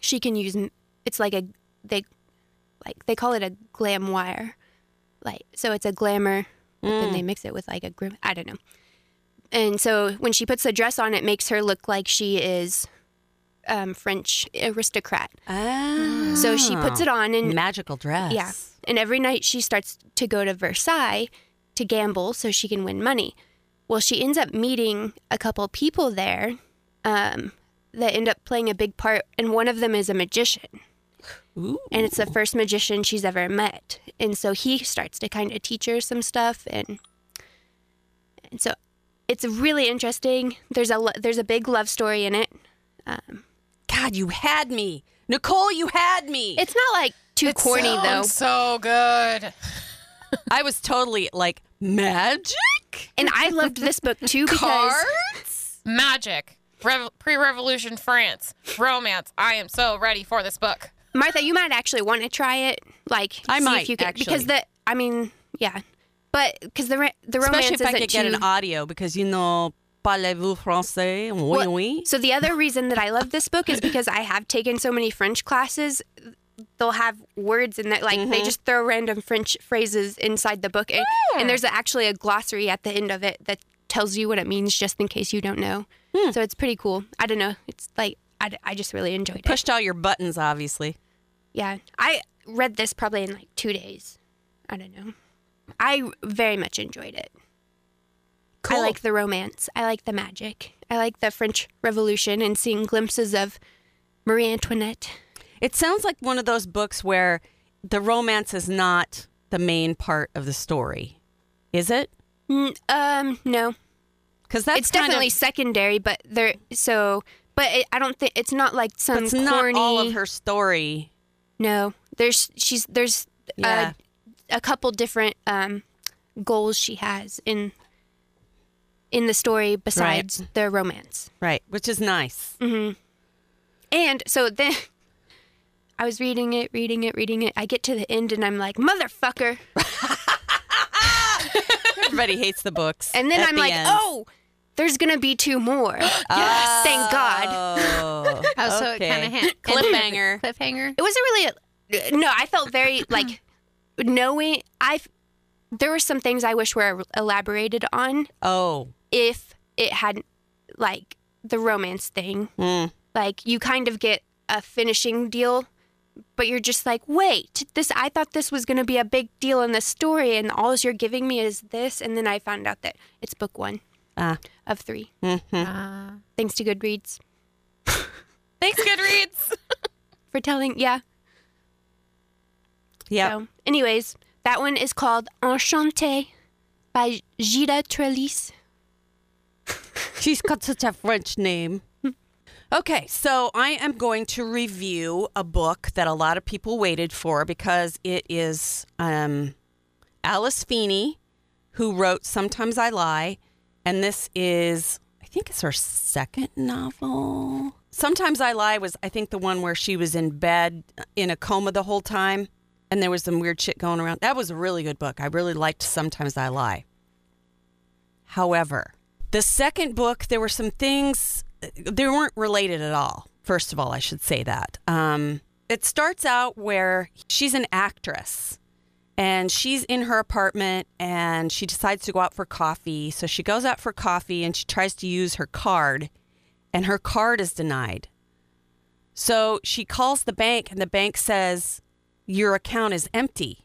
D: she can use, m- it's like a, they, like, they call it a glam wire. Like, so it's a glamour, but then they mix it with like a grim, I don't know. And so when she puts the dress on, it makes her look like she is um, French aristocrat.
E: Ah,
D: So she puts it on and
E: Mm. magical dress.
D: yeah. And every night she starts to go to Versailles to gamble so she can win money. Well, she ends up meeting a couple people there um, that end up playing a big part, and one of them is a magician.
E: Ooh.
D: And it's the first magician she's ever met. And so he starts to kind of teach her some stuff and and so it's really interesting. There's a lo- there's a big love story in it.
E: God, you had me, Nicole. You had me.
D: It's not like too corny though.
C: So good.
E: I was totally like magic
D: And I loved this book too because
E: cards.
C: Magic. Rev- pre-revolution France. Romance. I am so ready for this book.
D: Martha, you might actually want to try it. Like,
E: I
D: see
E: might,
D: if you can,
E: actually.
D: because the. I mean, yeah, but because the re- the romance
E: Especially if I
D: isn't
E: could get
D: too.
E: an audio because you know parlez-vous français? Oui,
D: Well,
E: oui.
D: So the other reason that I love this book is because I have taken so many French classes. They'll have words in that, like they just throw random French phrases inside the book, and, and there's actually a glossary at the end of it that tells you what it means, just in case you don't know. So it's pretty cool. I don't know. It's like I, d- I just really enjoyed it.
E: Pushed all your buttons, obviously.
D: Yeah, I read this probably in like two days. I don't know. I very much enjoyed it. I
E: Cool.
D: like the romance. I like the magic. I like the French Revolution and seeing glimpses of Marie Antoinette.
E: It sounds like one of those books where the romance is not the main part of the story, is it?
D: Mm, um, no,
E: Because that's
D: it's
E: kind of-
D: definitely secondary, but there. So, but it, I don't think it's not like some
E: but it's
D: corny.
E: not all of her story.
D: No, there's she's there's
E: Yeah.
D: uh, a couple different um, goals she has in in the story besides the romance.
E: Right, which is nice.
D: And so then I was reading it, reading it, reading it. I get to the end and I'm like, motherfucker.
E: Everybody hates the books.
D: And then
E: at
D: I'm
E: the
D: like,
E: end.
D: oh, there's going to be two more. Thank God.
E: Oh.
B: Oh, so it
E: Okay.
B: kind of had
E: Cliffhanger.
B: Cliffhanger.
D: It wasn't really, no, I felt very like knowing I, there were some things I wish were elaborated on
E: Oh,
D: if it hadn't, like the romance thing.
E: Mm.
D: Like you kind of get a finishing deal. But you're just like, wait, this. I thought this was going to be a big deal in the story, and all you're giving me is this. And then I found out that it's book one
E: Ah. Mm-hmm.
D: of three,
B: Ah.
D: thanks to Goodreads
C: Thanks, Goodreads.
D: for telling. Yeah.
E: yeah.
D: So, anyways, that one is called Enchanté by Gita Trellis.
E: She's got such a French name. Okay, so I am going to review a book that a lot of people waited for because it is um, Alice Feeney, who wrote Sometimes I Lie, and this is, I think it's her second novel. Sometimes I Lie was, I think, the one where she was in bed uh, in a coma the whole time and there was some weird shit going around. That was a really good book. I really liked Sometimes I Lie. However, the second book, there were some things, they weren't related at all. First of all, I should say that. Um, it starts out where she's an actress and she's in her apartment and she decides to go out for coffee. So she goes out for coffee and she tries to use her card and her card is denied. So she calls the bank and the bank says, Your account is empty.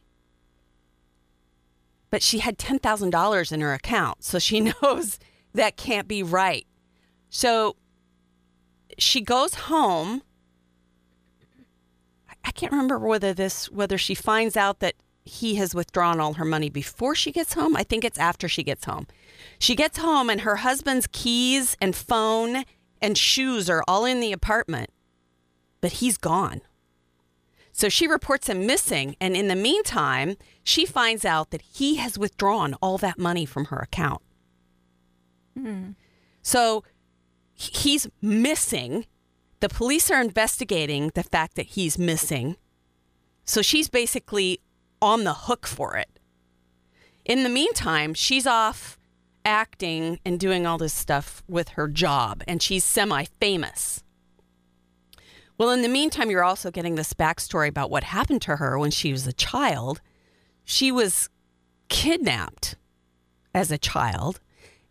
E: But she had $10,000 in her account. So she knows that can't be right. So she goes home. I- I can't remember whether this whether she finds out that he has withdrawn all her money before she gets home. I think it's after she gets home. She gets home and her husband's keys and phone and shoes are all in the apartment, but he's gone. So she reports him missing and in the meantime, she finds out that he has withdrawn all that money from her account. So h- he's missing. The police are investigating the fact that he's missing. So she's basically on the hook for it. In the meantime, she's off acting and doing all this stuff with her job, and she's semi famous. Well, in the meantime, you're also getting this backstory about what happened to her when she was a child. She was kidnapped as a child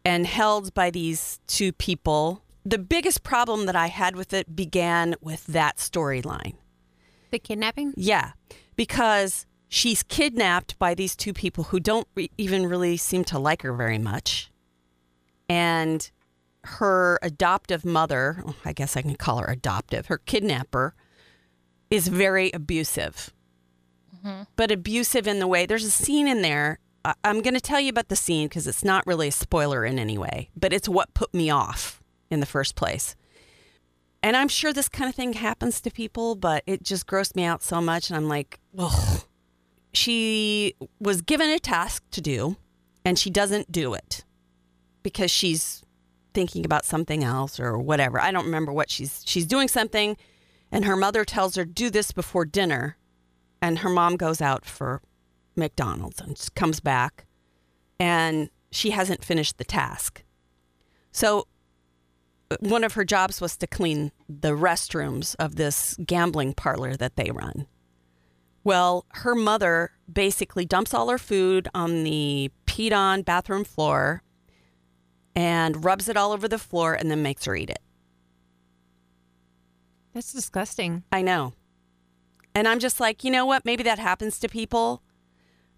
E: and held by these two people. The biggest problem that I had with it began with that storyline.
B: The kidnapping?
E: Yeah, because she's kidnapped by these two people who don't re- even really seem to like her very much. And her adoptive mother, oh, I guess I can call her adoptive, her kidnapper is very abusive. But abusive in the way there's a scene in there. I- I'm going to tell you about the scene because it's not really a spoiler in any way, but it's what put me off in the first place. And I'm sure this kind of thing happens to people, but it just grossed me out so much. And I'm like, well, she was given a task to do and she doesn't do it because she's thinking about something else or whatever. I don't remember what she's she's doing something and her mother tells her do this before dinner and her mom goes out for McDonald's and just comes back and she hasn't finished the task. So one of her jobs was to clean the restrooms of this gambling parlor that they run. Well, her mother basically dumps all her food on the peed on bathroom floor and rubs it all over the floor and then makes her eat it.
B: That's disgusting.
E: I know. And I'm just like, you know what? Maybe that happens to people.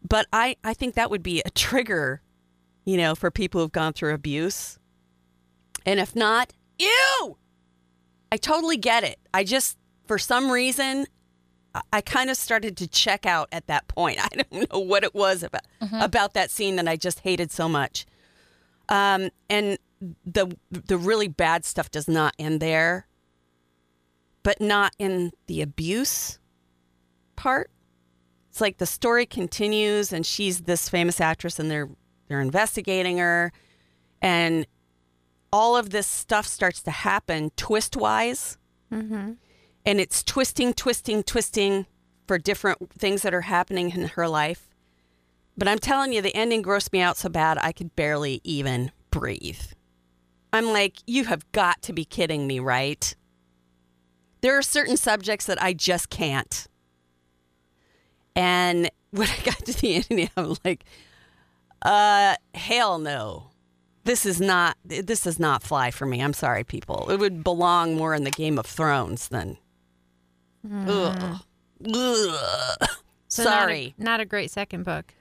E: But I, I think that would be a trigger, you know, for people who've gone through abuse. And if not, ew! I totally get it. I just, for some reason, I- I kind of started to check out at that point. I don't know what it was about, about that scene that I just hated so much. Um, and the the really bad stuff does not end there but not in the abuse part. It's like the story continues and she's this famous actress and they're they're investigating her and all of this stuff starts to happen twist wise. And it's twisting, twisting, twisting for different things that are happening in her life. But I'm telling you, the ending grossed me out so bad I could barely even breathe. I'm like, you have got to be kidding me, right? there are certain subjects that I just can't. And when I got to the end, I'm like, uh, hell no. This is not this does not fly for me. I'm sorry, people. It would belong more in the Game of Thrones than Ugh. Ugh.
B: Mm-hmm. So not a-
E: sorry.
B: Not a, great second book.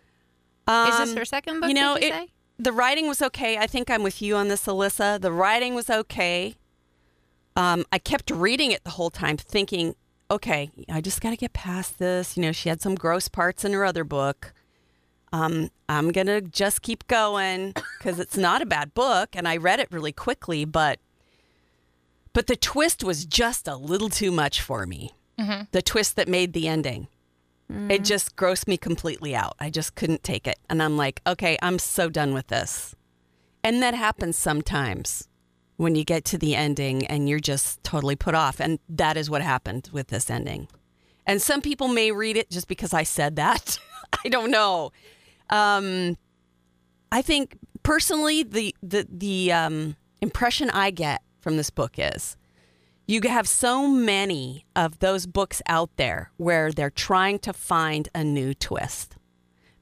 B: Is
E: Um,
B: this her second book?
E: you know,
B: did you
E: it-
B: say?
E: the writing was okay. I think I'm with you on this, Alyssa. The writing was okay. Um, I kept reading it the whole time, thinking, okay, I just got to get past this. You know, she had some gross parts in her other book. Um, I'm going to just keep going because it's not a bad book. And I read it really quickly, but. But the twist was just a little too much for me.
B: Mm-hmm.
E: The twist that made the ending. It just grossed me completely out. I just couldn't take it. And I'm like, okay, I'm so done with this. And that happens sometimes when you get to the ending and you're just totally put off. And that is what happened with this ending. And some people may read it just because I said that. I don't know. Um, I think personally, the the the um, impression I get from this book is you have so many of those books out there where they're trying to find a new twist.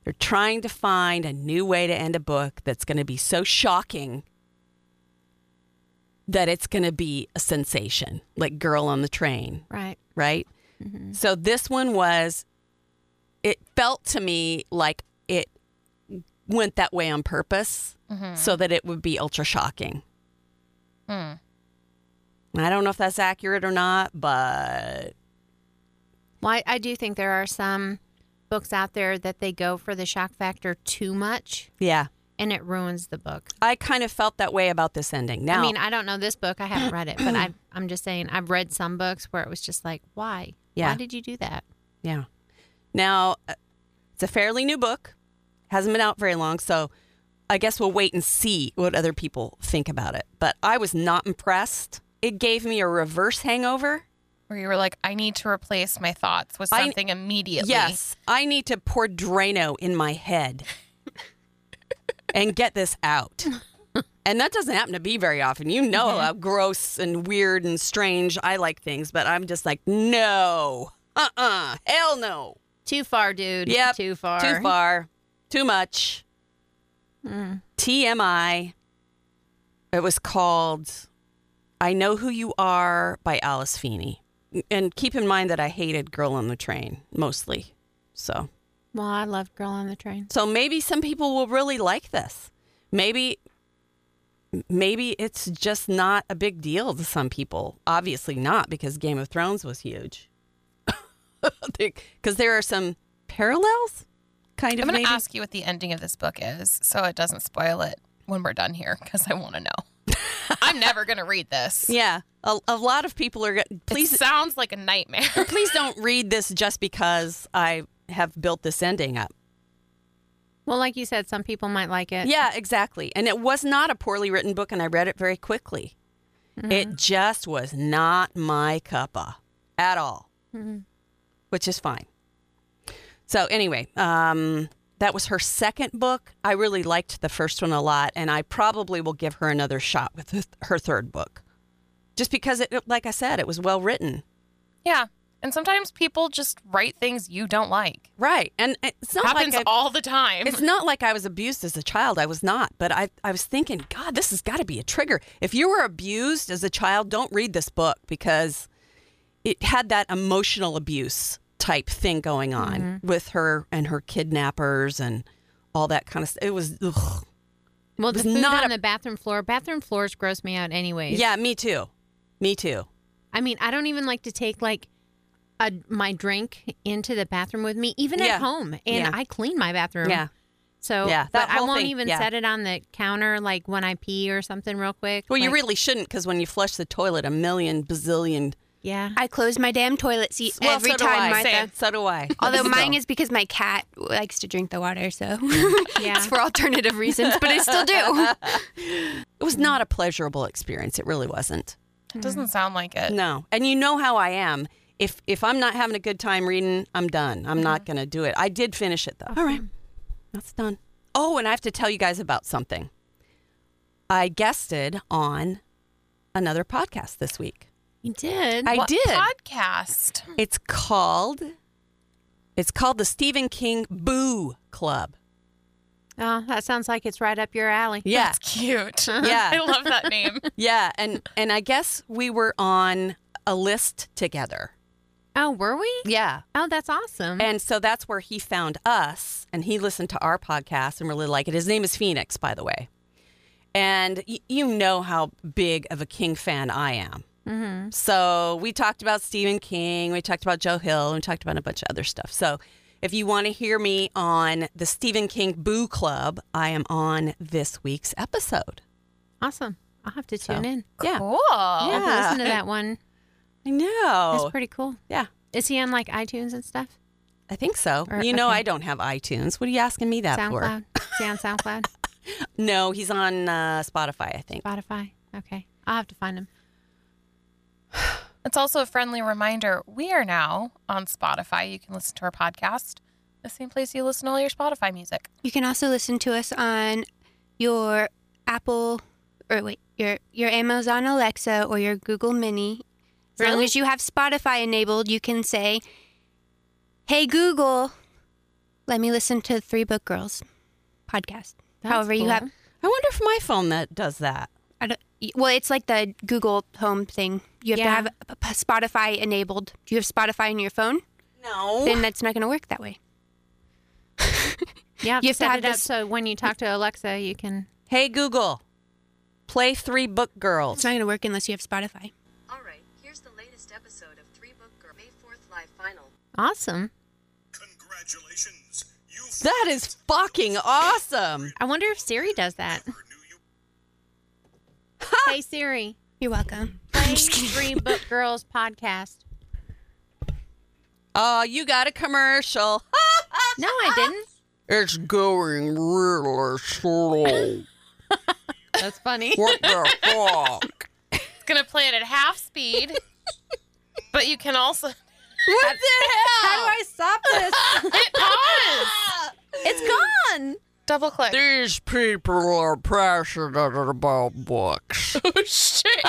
E: They're trying to find a new way to end a book that's going to be so shocking that it's going to be a sensation, like Girl on the Train,
B: Right.
E: right?
B: Mm-hmm.
E: So this one was, it felt to me like it went that way on purpose
B: Mm-hmm.
E: so that it would be ultra shocking.
C: Hmm.
B: Mm.
E: I don't know if that's accurate or not, but
B: Well, I, I do think there are some books out there that they go for the shock factor too much
E: yeah,
B: and it ruins the book.
E: I kind of felt that way about this ending. Now,
B: I mean, I don't know this book. I haven't read it, but I, I'm just saying I've read some books where it was just like, why?
E: Yeah.
B: Why did you do that?
E: Yeah. Now, uh, it's a fairly new book, hasn't been out very long, so I guess we'll wait and see what other people think about it. But I was not impressed. It gave me a reverse hangover.
C: Where you were like, I need to replace my thoughts with
E: I-
C: something immediately.
E: Yes, I need to pour Drano in my head and get this out. And that doesn't happen to be very often. You know how gross and weird and strange I like things, but I'm just like, no, uh uh hell no.
B: Too far, dude.
E: Yep.
B: Too far. Mm.
E: Too far. Too much. TMI. It was called I Know Who You Are by Alice Feeney. And keep in mind that I hated Girl on the Train mostly. So
B: Well, I loved Girl on the Train.
E: so maybe some people will really like this. Maybe maybe it's just not a big deal to some people. Obviously not because Game of Thrones was huge. Cuz there are some parallels kind of
C: I'm going
E: maybe.
C: to ask you what the ending of this book is so it doesn't spoil it when we're done here because I want to know. I'm never going to read this.
E: Yeah, a, a lot of people are. go- Please,
C: It sounds like a nightmare.
E: please don't read this just because I have built this ending up.
B: Well, like you said, some people might like it.
E: Yeah, exactly. And it was not a poorly written book, and I read it very quickly. It just was not my cuppa at all, which is fine. So anyway, um, that was her second book. I really liked the first one a lot, and I probably will give her another shot with th- her third book, just because it, like I said, it was well written.
C: yeah. And sometimes people just write things you don't like.
E: Right, and it's not
C: Happens
E: like I-
C: all the time.
E: It's not like I was abused as a child. I was not. But I, I was thinking, God, this has got to be a trigger. If you were abused as a child, don't read this book because it had that emotional abuse type thing going on
D: Mm-hmm.
E: with her and her kidnappers and all that kind of stuff. It was, ugh.
B: Well, the
E: was
B: food
E: not
B: on
E: a-
B: the bathroom floor. Bathroom floors gross me out, anyways.
E: yeah, me too. Me too.
B: I mean, I don't even like to take like a, my drink into the bathroom with me, even
E: Yeah.
B: at home. And
E: Yeah.
B: I clean my bathroom.
E: Yeah.
B: So,
E: Yeah, that
B: but I
E: whole
B: won't
E: thing,
B: even
E: yeah.
B: set it on the counter like when I pee or something real quick.
E: Well, you
B: Like,
E: really shouldn't because when you flush the toilet, a million bazillion.
B: yeah.
D: I close my damn toilet seat
E: Well,
D: every
E: so do I.
D: time, Martha.
E: Same. So do I.
D: Although
E: So-
D: mine is because my cat likes to drink the water, so
B: Yeah.
D: it's for alternative reasons, but I still do.
E: It was not a pleasurable experience. It really wasn't.
C: it doesn't sound like it.
E: No. Uh, And you know how I am. If if I'm not having a good time reading, I'm done. I'm not going to do it. I did finish it though. Mm-hmm. All right. That's done. Oh, and I have to tell you guys about something. I guested on another podcast this week.
B: You did.
E: I
C: What
E: did.
C: Podcast.
E: It's called It's called the Stephen King Boo Club.
B: oh, that sounds like it's right up your alley.
E: Yeah.
C: That's cute.
E: Yeah.
C: I love that name.
E: yeah, and and I guess we were on a list together.
B: Oh, were we?
E: Yeah.
B: Oh, that's awesome.
E: And so that's where he found us and he listened to our podcast and really liked it. His name is Phoenix, by the way. And y- you know how big of a King fan I am.
B: Mm-hmm.
E: So we talked about Stephen King, we talked about Joe Hill, and we talked about a bunch of other stuff. So if you want to hear me on the Stephen King Boo Club, I am on this week's episode.
B: awesome. I'll have to tune in.
E: Yeah.
C: Cool.
B: I'll have to
E: Yeah. Oh.
B: listen to that one.
E: I know.
B: That's pretty cool.
E: yeah.
B: Is he on like iTunes and stuff?
E: I think so.
B: Or-
E: you know,
B: okay.
E: I don't have iTunes. What are you asking me that
B: SoundCloud? Is he on SoundCloud?
E: for? No, he's on uh, Spotify, I think.
B: Spotify? Okay. I'll have to find him.
C: It's also a friendly reminder. We are now on Spotify. You can listen to our podcast, the same place you listen to all your Spotify music.
D: You can also listen to us on your Apple or wait, your your Amazon Alexa or your Google Mini. As long
E: Really?
D: as you have Spotify enabled, you can say, "Hey Google, Let me listen to Three Book Girls podcast.
B: That's
D: However, you
B: cool.
D: have.
E: I wonder if my phone that does that.
D: I don't, y- well, it's like the Google Home thing. You have
B: Yeah.
D: to have p- p- Spotify enabled. Do you have Spotify in your phone?
E: No.
D: Then that's not going to work that way.
B: Yeah,
D: You have to
B: set
D: have
B: it up
D: this-
B: so when you talk to Alexa, you can.
E: hey Google, play three book
D: It's
E: girls.
D: not going to work unless you have Spotify.
F: All right, here's the latest episode of Three Book Girl May 4th live final.
B: Awesome.
A: Congratulations. You
E: That is fucking awesome.
B: I wonder if Siri does that.
A: never knew you
B: hey Siri,
D: You're welcome.
B: play Three Book Girls podcast.
E: Oh, you got a commercial.
B: No, I didn't.
E: It's going really slow.
B: That's funny.
E: What the fuck?
C: It's gonna play it at half speed, but you can also
E: What the hell? How do I stop this?
B: It's gone.
C: double click.
E: These people are passionate about books.
C: Oh shit!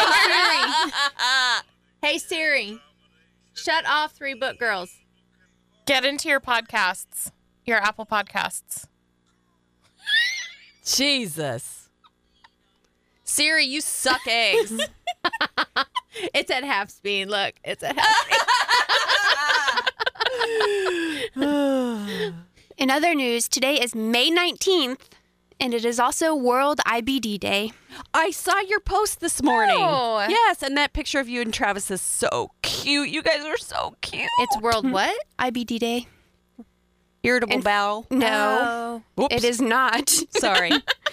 B: Hey Siri, shut off Three Book Girls.
C: Get into your podcasts, your Apple Podcasts.
E: Jesus. Siri, you suck eggs.
B: It's at half speed. Look, it's at half speed.
D: In other news, today is May 19th, and it is also World IBD Day.
E: I saw your post this morning.
C: Oh.
E: Yes, and that picture of you and Travis is so cute. You guys are so cute.
B: It's World what?
D: IBD Day?
E: irritable
D: and-
E: bowel.
D: No,
C: Oh.
E: Whoops.
D: it is not.
E: Sorry.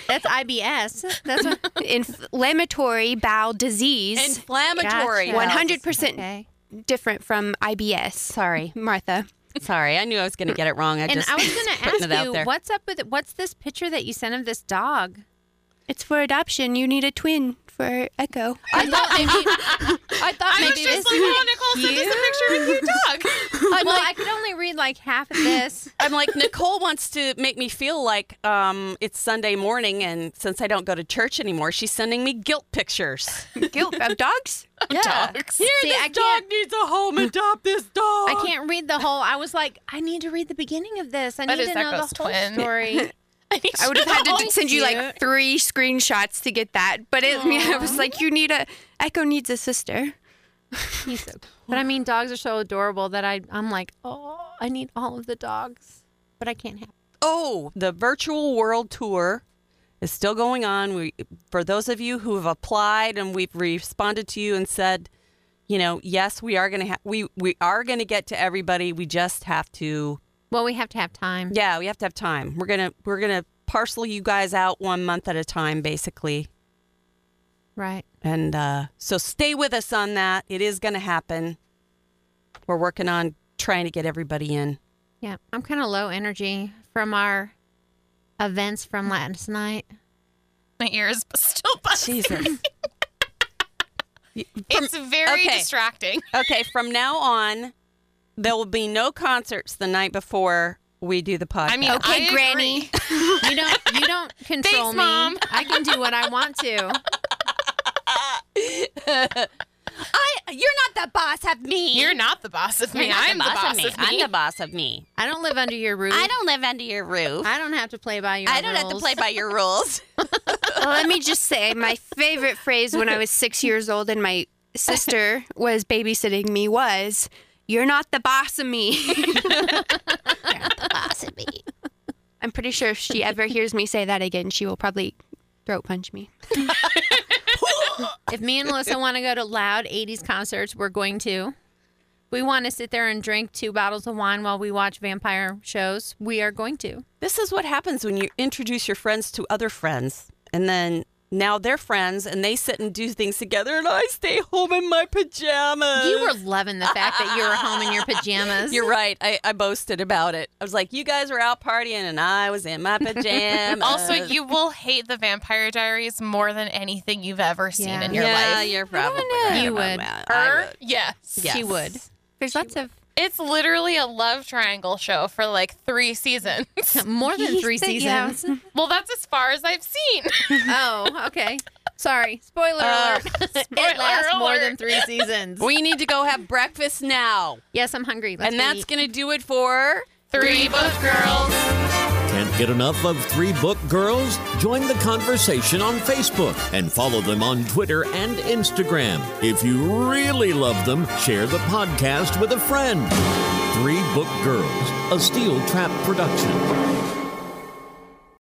B: That's IBS. That's what.
D: Inflammatory bowel disease.
E: Inflammatory.
B: Gotcha.
D: One hundred percent
B: Okay.
D: different from IBS.
E: Sorry.
D: Martha.
E: Sorry. I knew I was going to get it wrong. I
B: And
E: just
B: I was
E: going to
B: ask
E: it out
B: you,
E: there.
B: what's up with what's this picture that you sent of this dog?
D: It's for adoption. You need a twin for Echo.
B: I thought maybe. I thought
C: I was
B: maybe
C: just
B: this.
C: like, oh, Nicole sent us a picture with your dog.
B: well, I could only read like half of this.
E: I'm like, Nicole wants to make me feel like um, it's Sunday morning, and since I don't go to church anymore, she's sending me guilt pictures.
D: Guilt of dogs.
C: Dogs.
B: See, I can't.
E: dog needs a home. Adopt this dog.
B: I can't read the whole. I was like, I need to read the beginning of this. I
C: That
B: need
C: is
B: to know the whole
C: Echo's twin.
B: story.
D: I would have had to
B: Oh,
D: d- send you like
B: cute.
D: three screenshots to get that, but it, yeah, it was like you need a Echo needs a sister.
B: He's so- but I mean, dogs are so adorable that I, I'm like, oh, I need all of the dogs, but I can't have.
E: Oh, the virtual world tour is still going on. We, for those of you who have applied and we've responded to you and said, you know, yes, we are going to ha- we we are going to get to everybody. We just have to
B: Well, we have to have time.
E: yeah, we have to have time. We're going to we're going to parcel you guys out one month at a time basically.
B: Right.
E: And uh, so stay with us on that. It is going to happen. We're working on trying to get everybody in.
B: Yeah. I'm kind of low energy from our events from last night.
C: My ears still buzzing.
E: Jesus.
C: It's very
E: okay.
C: distracting.
E: Okay, from now on, there will be no concerts the night before we do the podcast.
C: I mean, I
D: Okay,
C: agree.
D: Granny.
B: You don't. You don't control
C: Thanks,
B: me.
C: Mom.
B: I can do what I want to.
E: I you're not the boss of me.
C: You're not the boss of me. I'm the boss of me.
E: I'm the boss of me.
B: I don't live under your roof.
E: I don't live under your roof.
B: I don't have to play by your.
E: I don't have to
B: rules.
E: play by your rules.
D: Well, let me just say my favorite phrase when I was six years old and my sister was babysitting me was, You're not the boss of me. I'm pretty sure if she ever hears me say that again, she will probably throat punch me.
B: If me and Melissa want to go to loud 80s concerts, we're going to. We want to sit there and drink two bottles of wine while we watch vampire shows. We are going to.
E: This is what happens when you introduce your friends to other friends, and then now they're friends, and they sit and do things together, and I stay home in my pajamas.
B: You were loving the fact that you were home in your pajamas.
E: You're right. I, I boasted about it. I was like, you guys were out partying and I was in my pajamas.
C: Also,
B: Uh,
C: you will hate the Vampire Diaries more than anything you've ever seen
B: Yeah.
C: in your
E: yeah,
C: life.
E: you're probably right
B: You
E: about
B: would.
E: that. I
C: Er, yes.
B: She
E: Yes.
B: would.
D: There's lots of
C: It's literally a love triangle show for like three seasons.
B: More than three
D: Yeah.
B: seasons.
C: well, that's as far as I've seen.
B: Oh, okay. Sorry. Spoiler
E: Uh,
B: alert.
C: spoiler
B: it lasts more
C: alert.
B: than three seasons.
E: We need to go have breakfast now.
B: yes, I'm hungry. Let's
E: and that's
B: eat.
E: going to do it for
C: Three Book Girls.
G: Can't get enough of Three Book Girls? Join the conversation on Facebook and follow them on Twitter and Instagram. If you really love them, share the podcast with a friend. Three Book Girls, a Steel Trap production.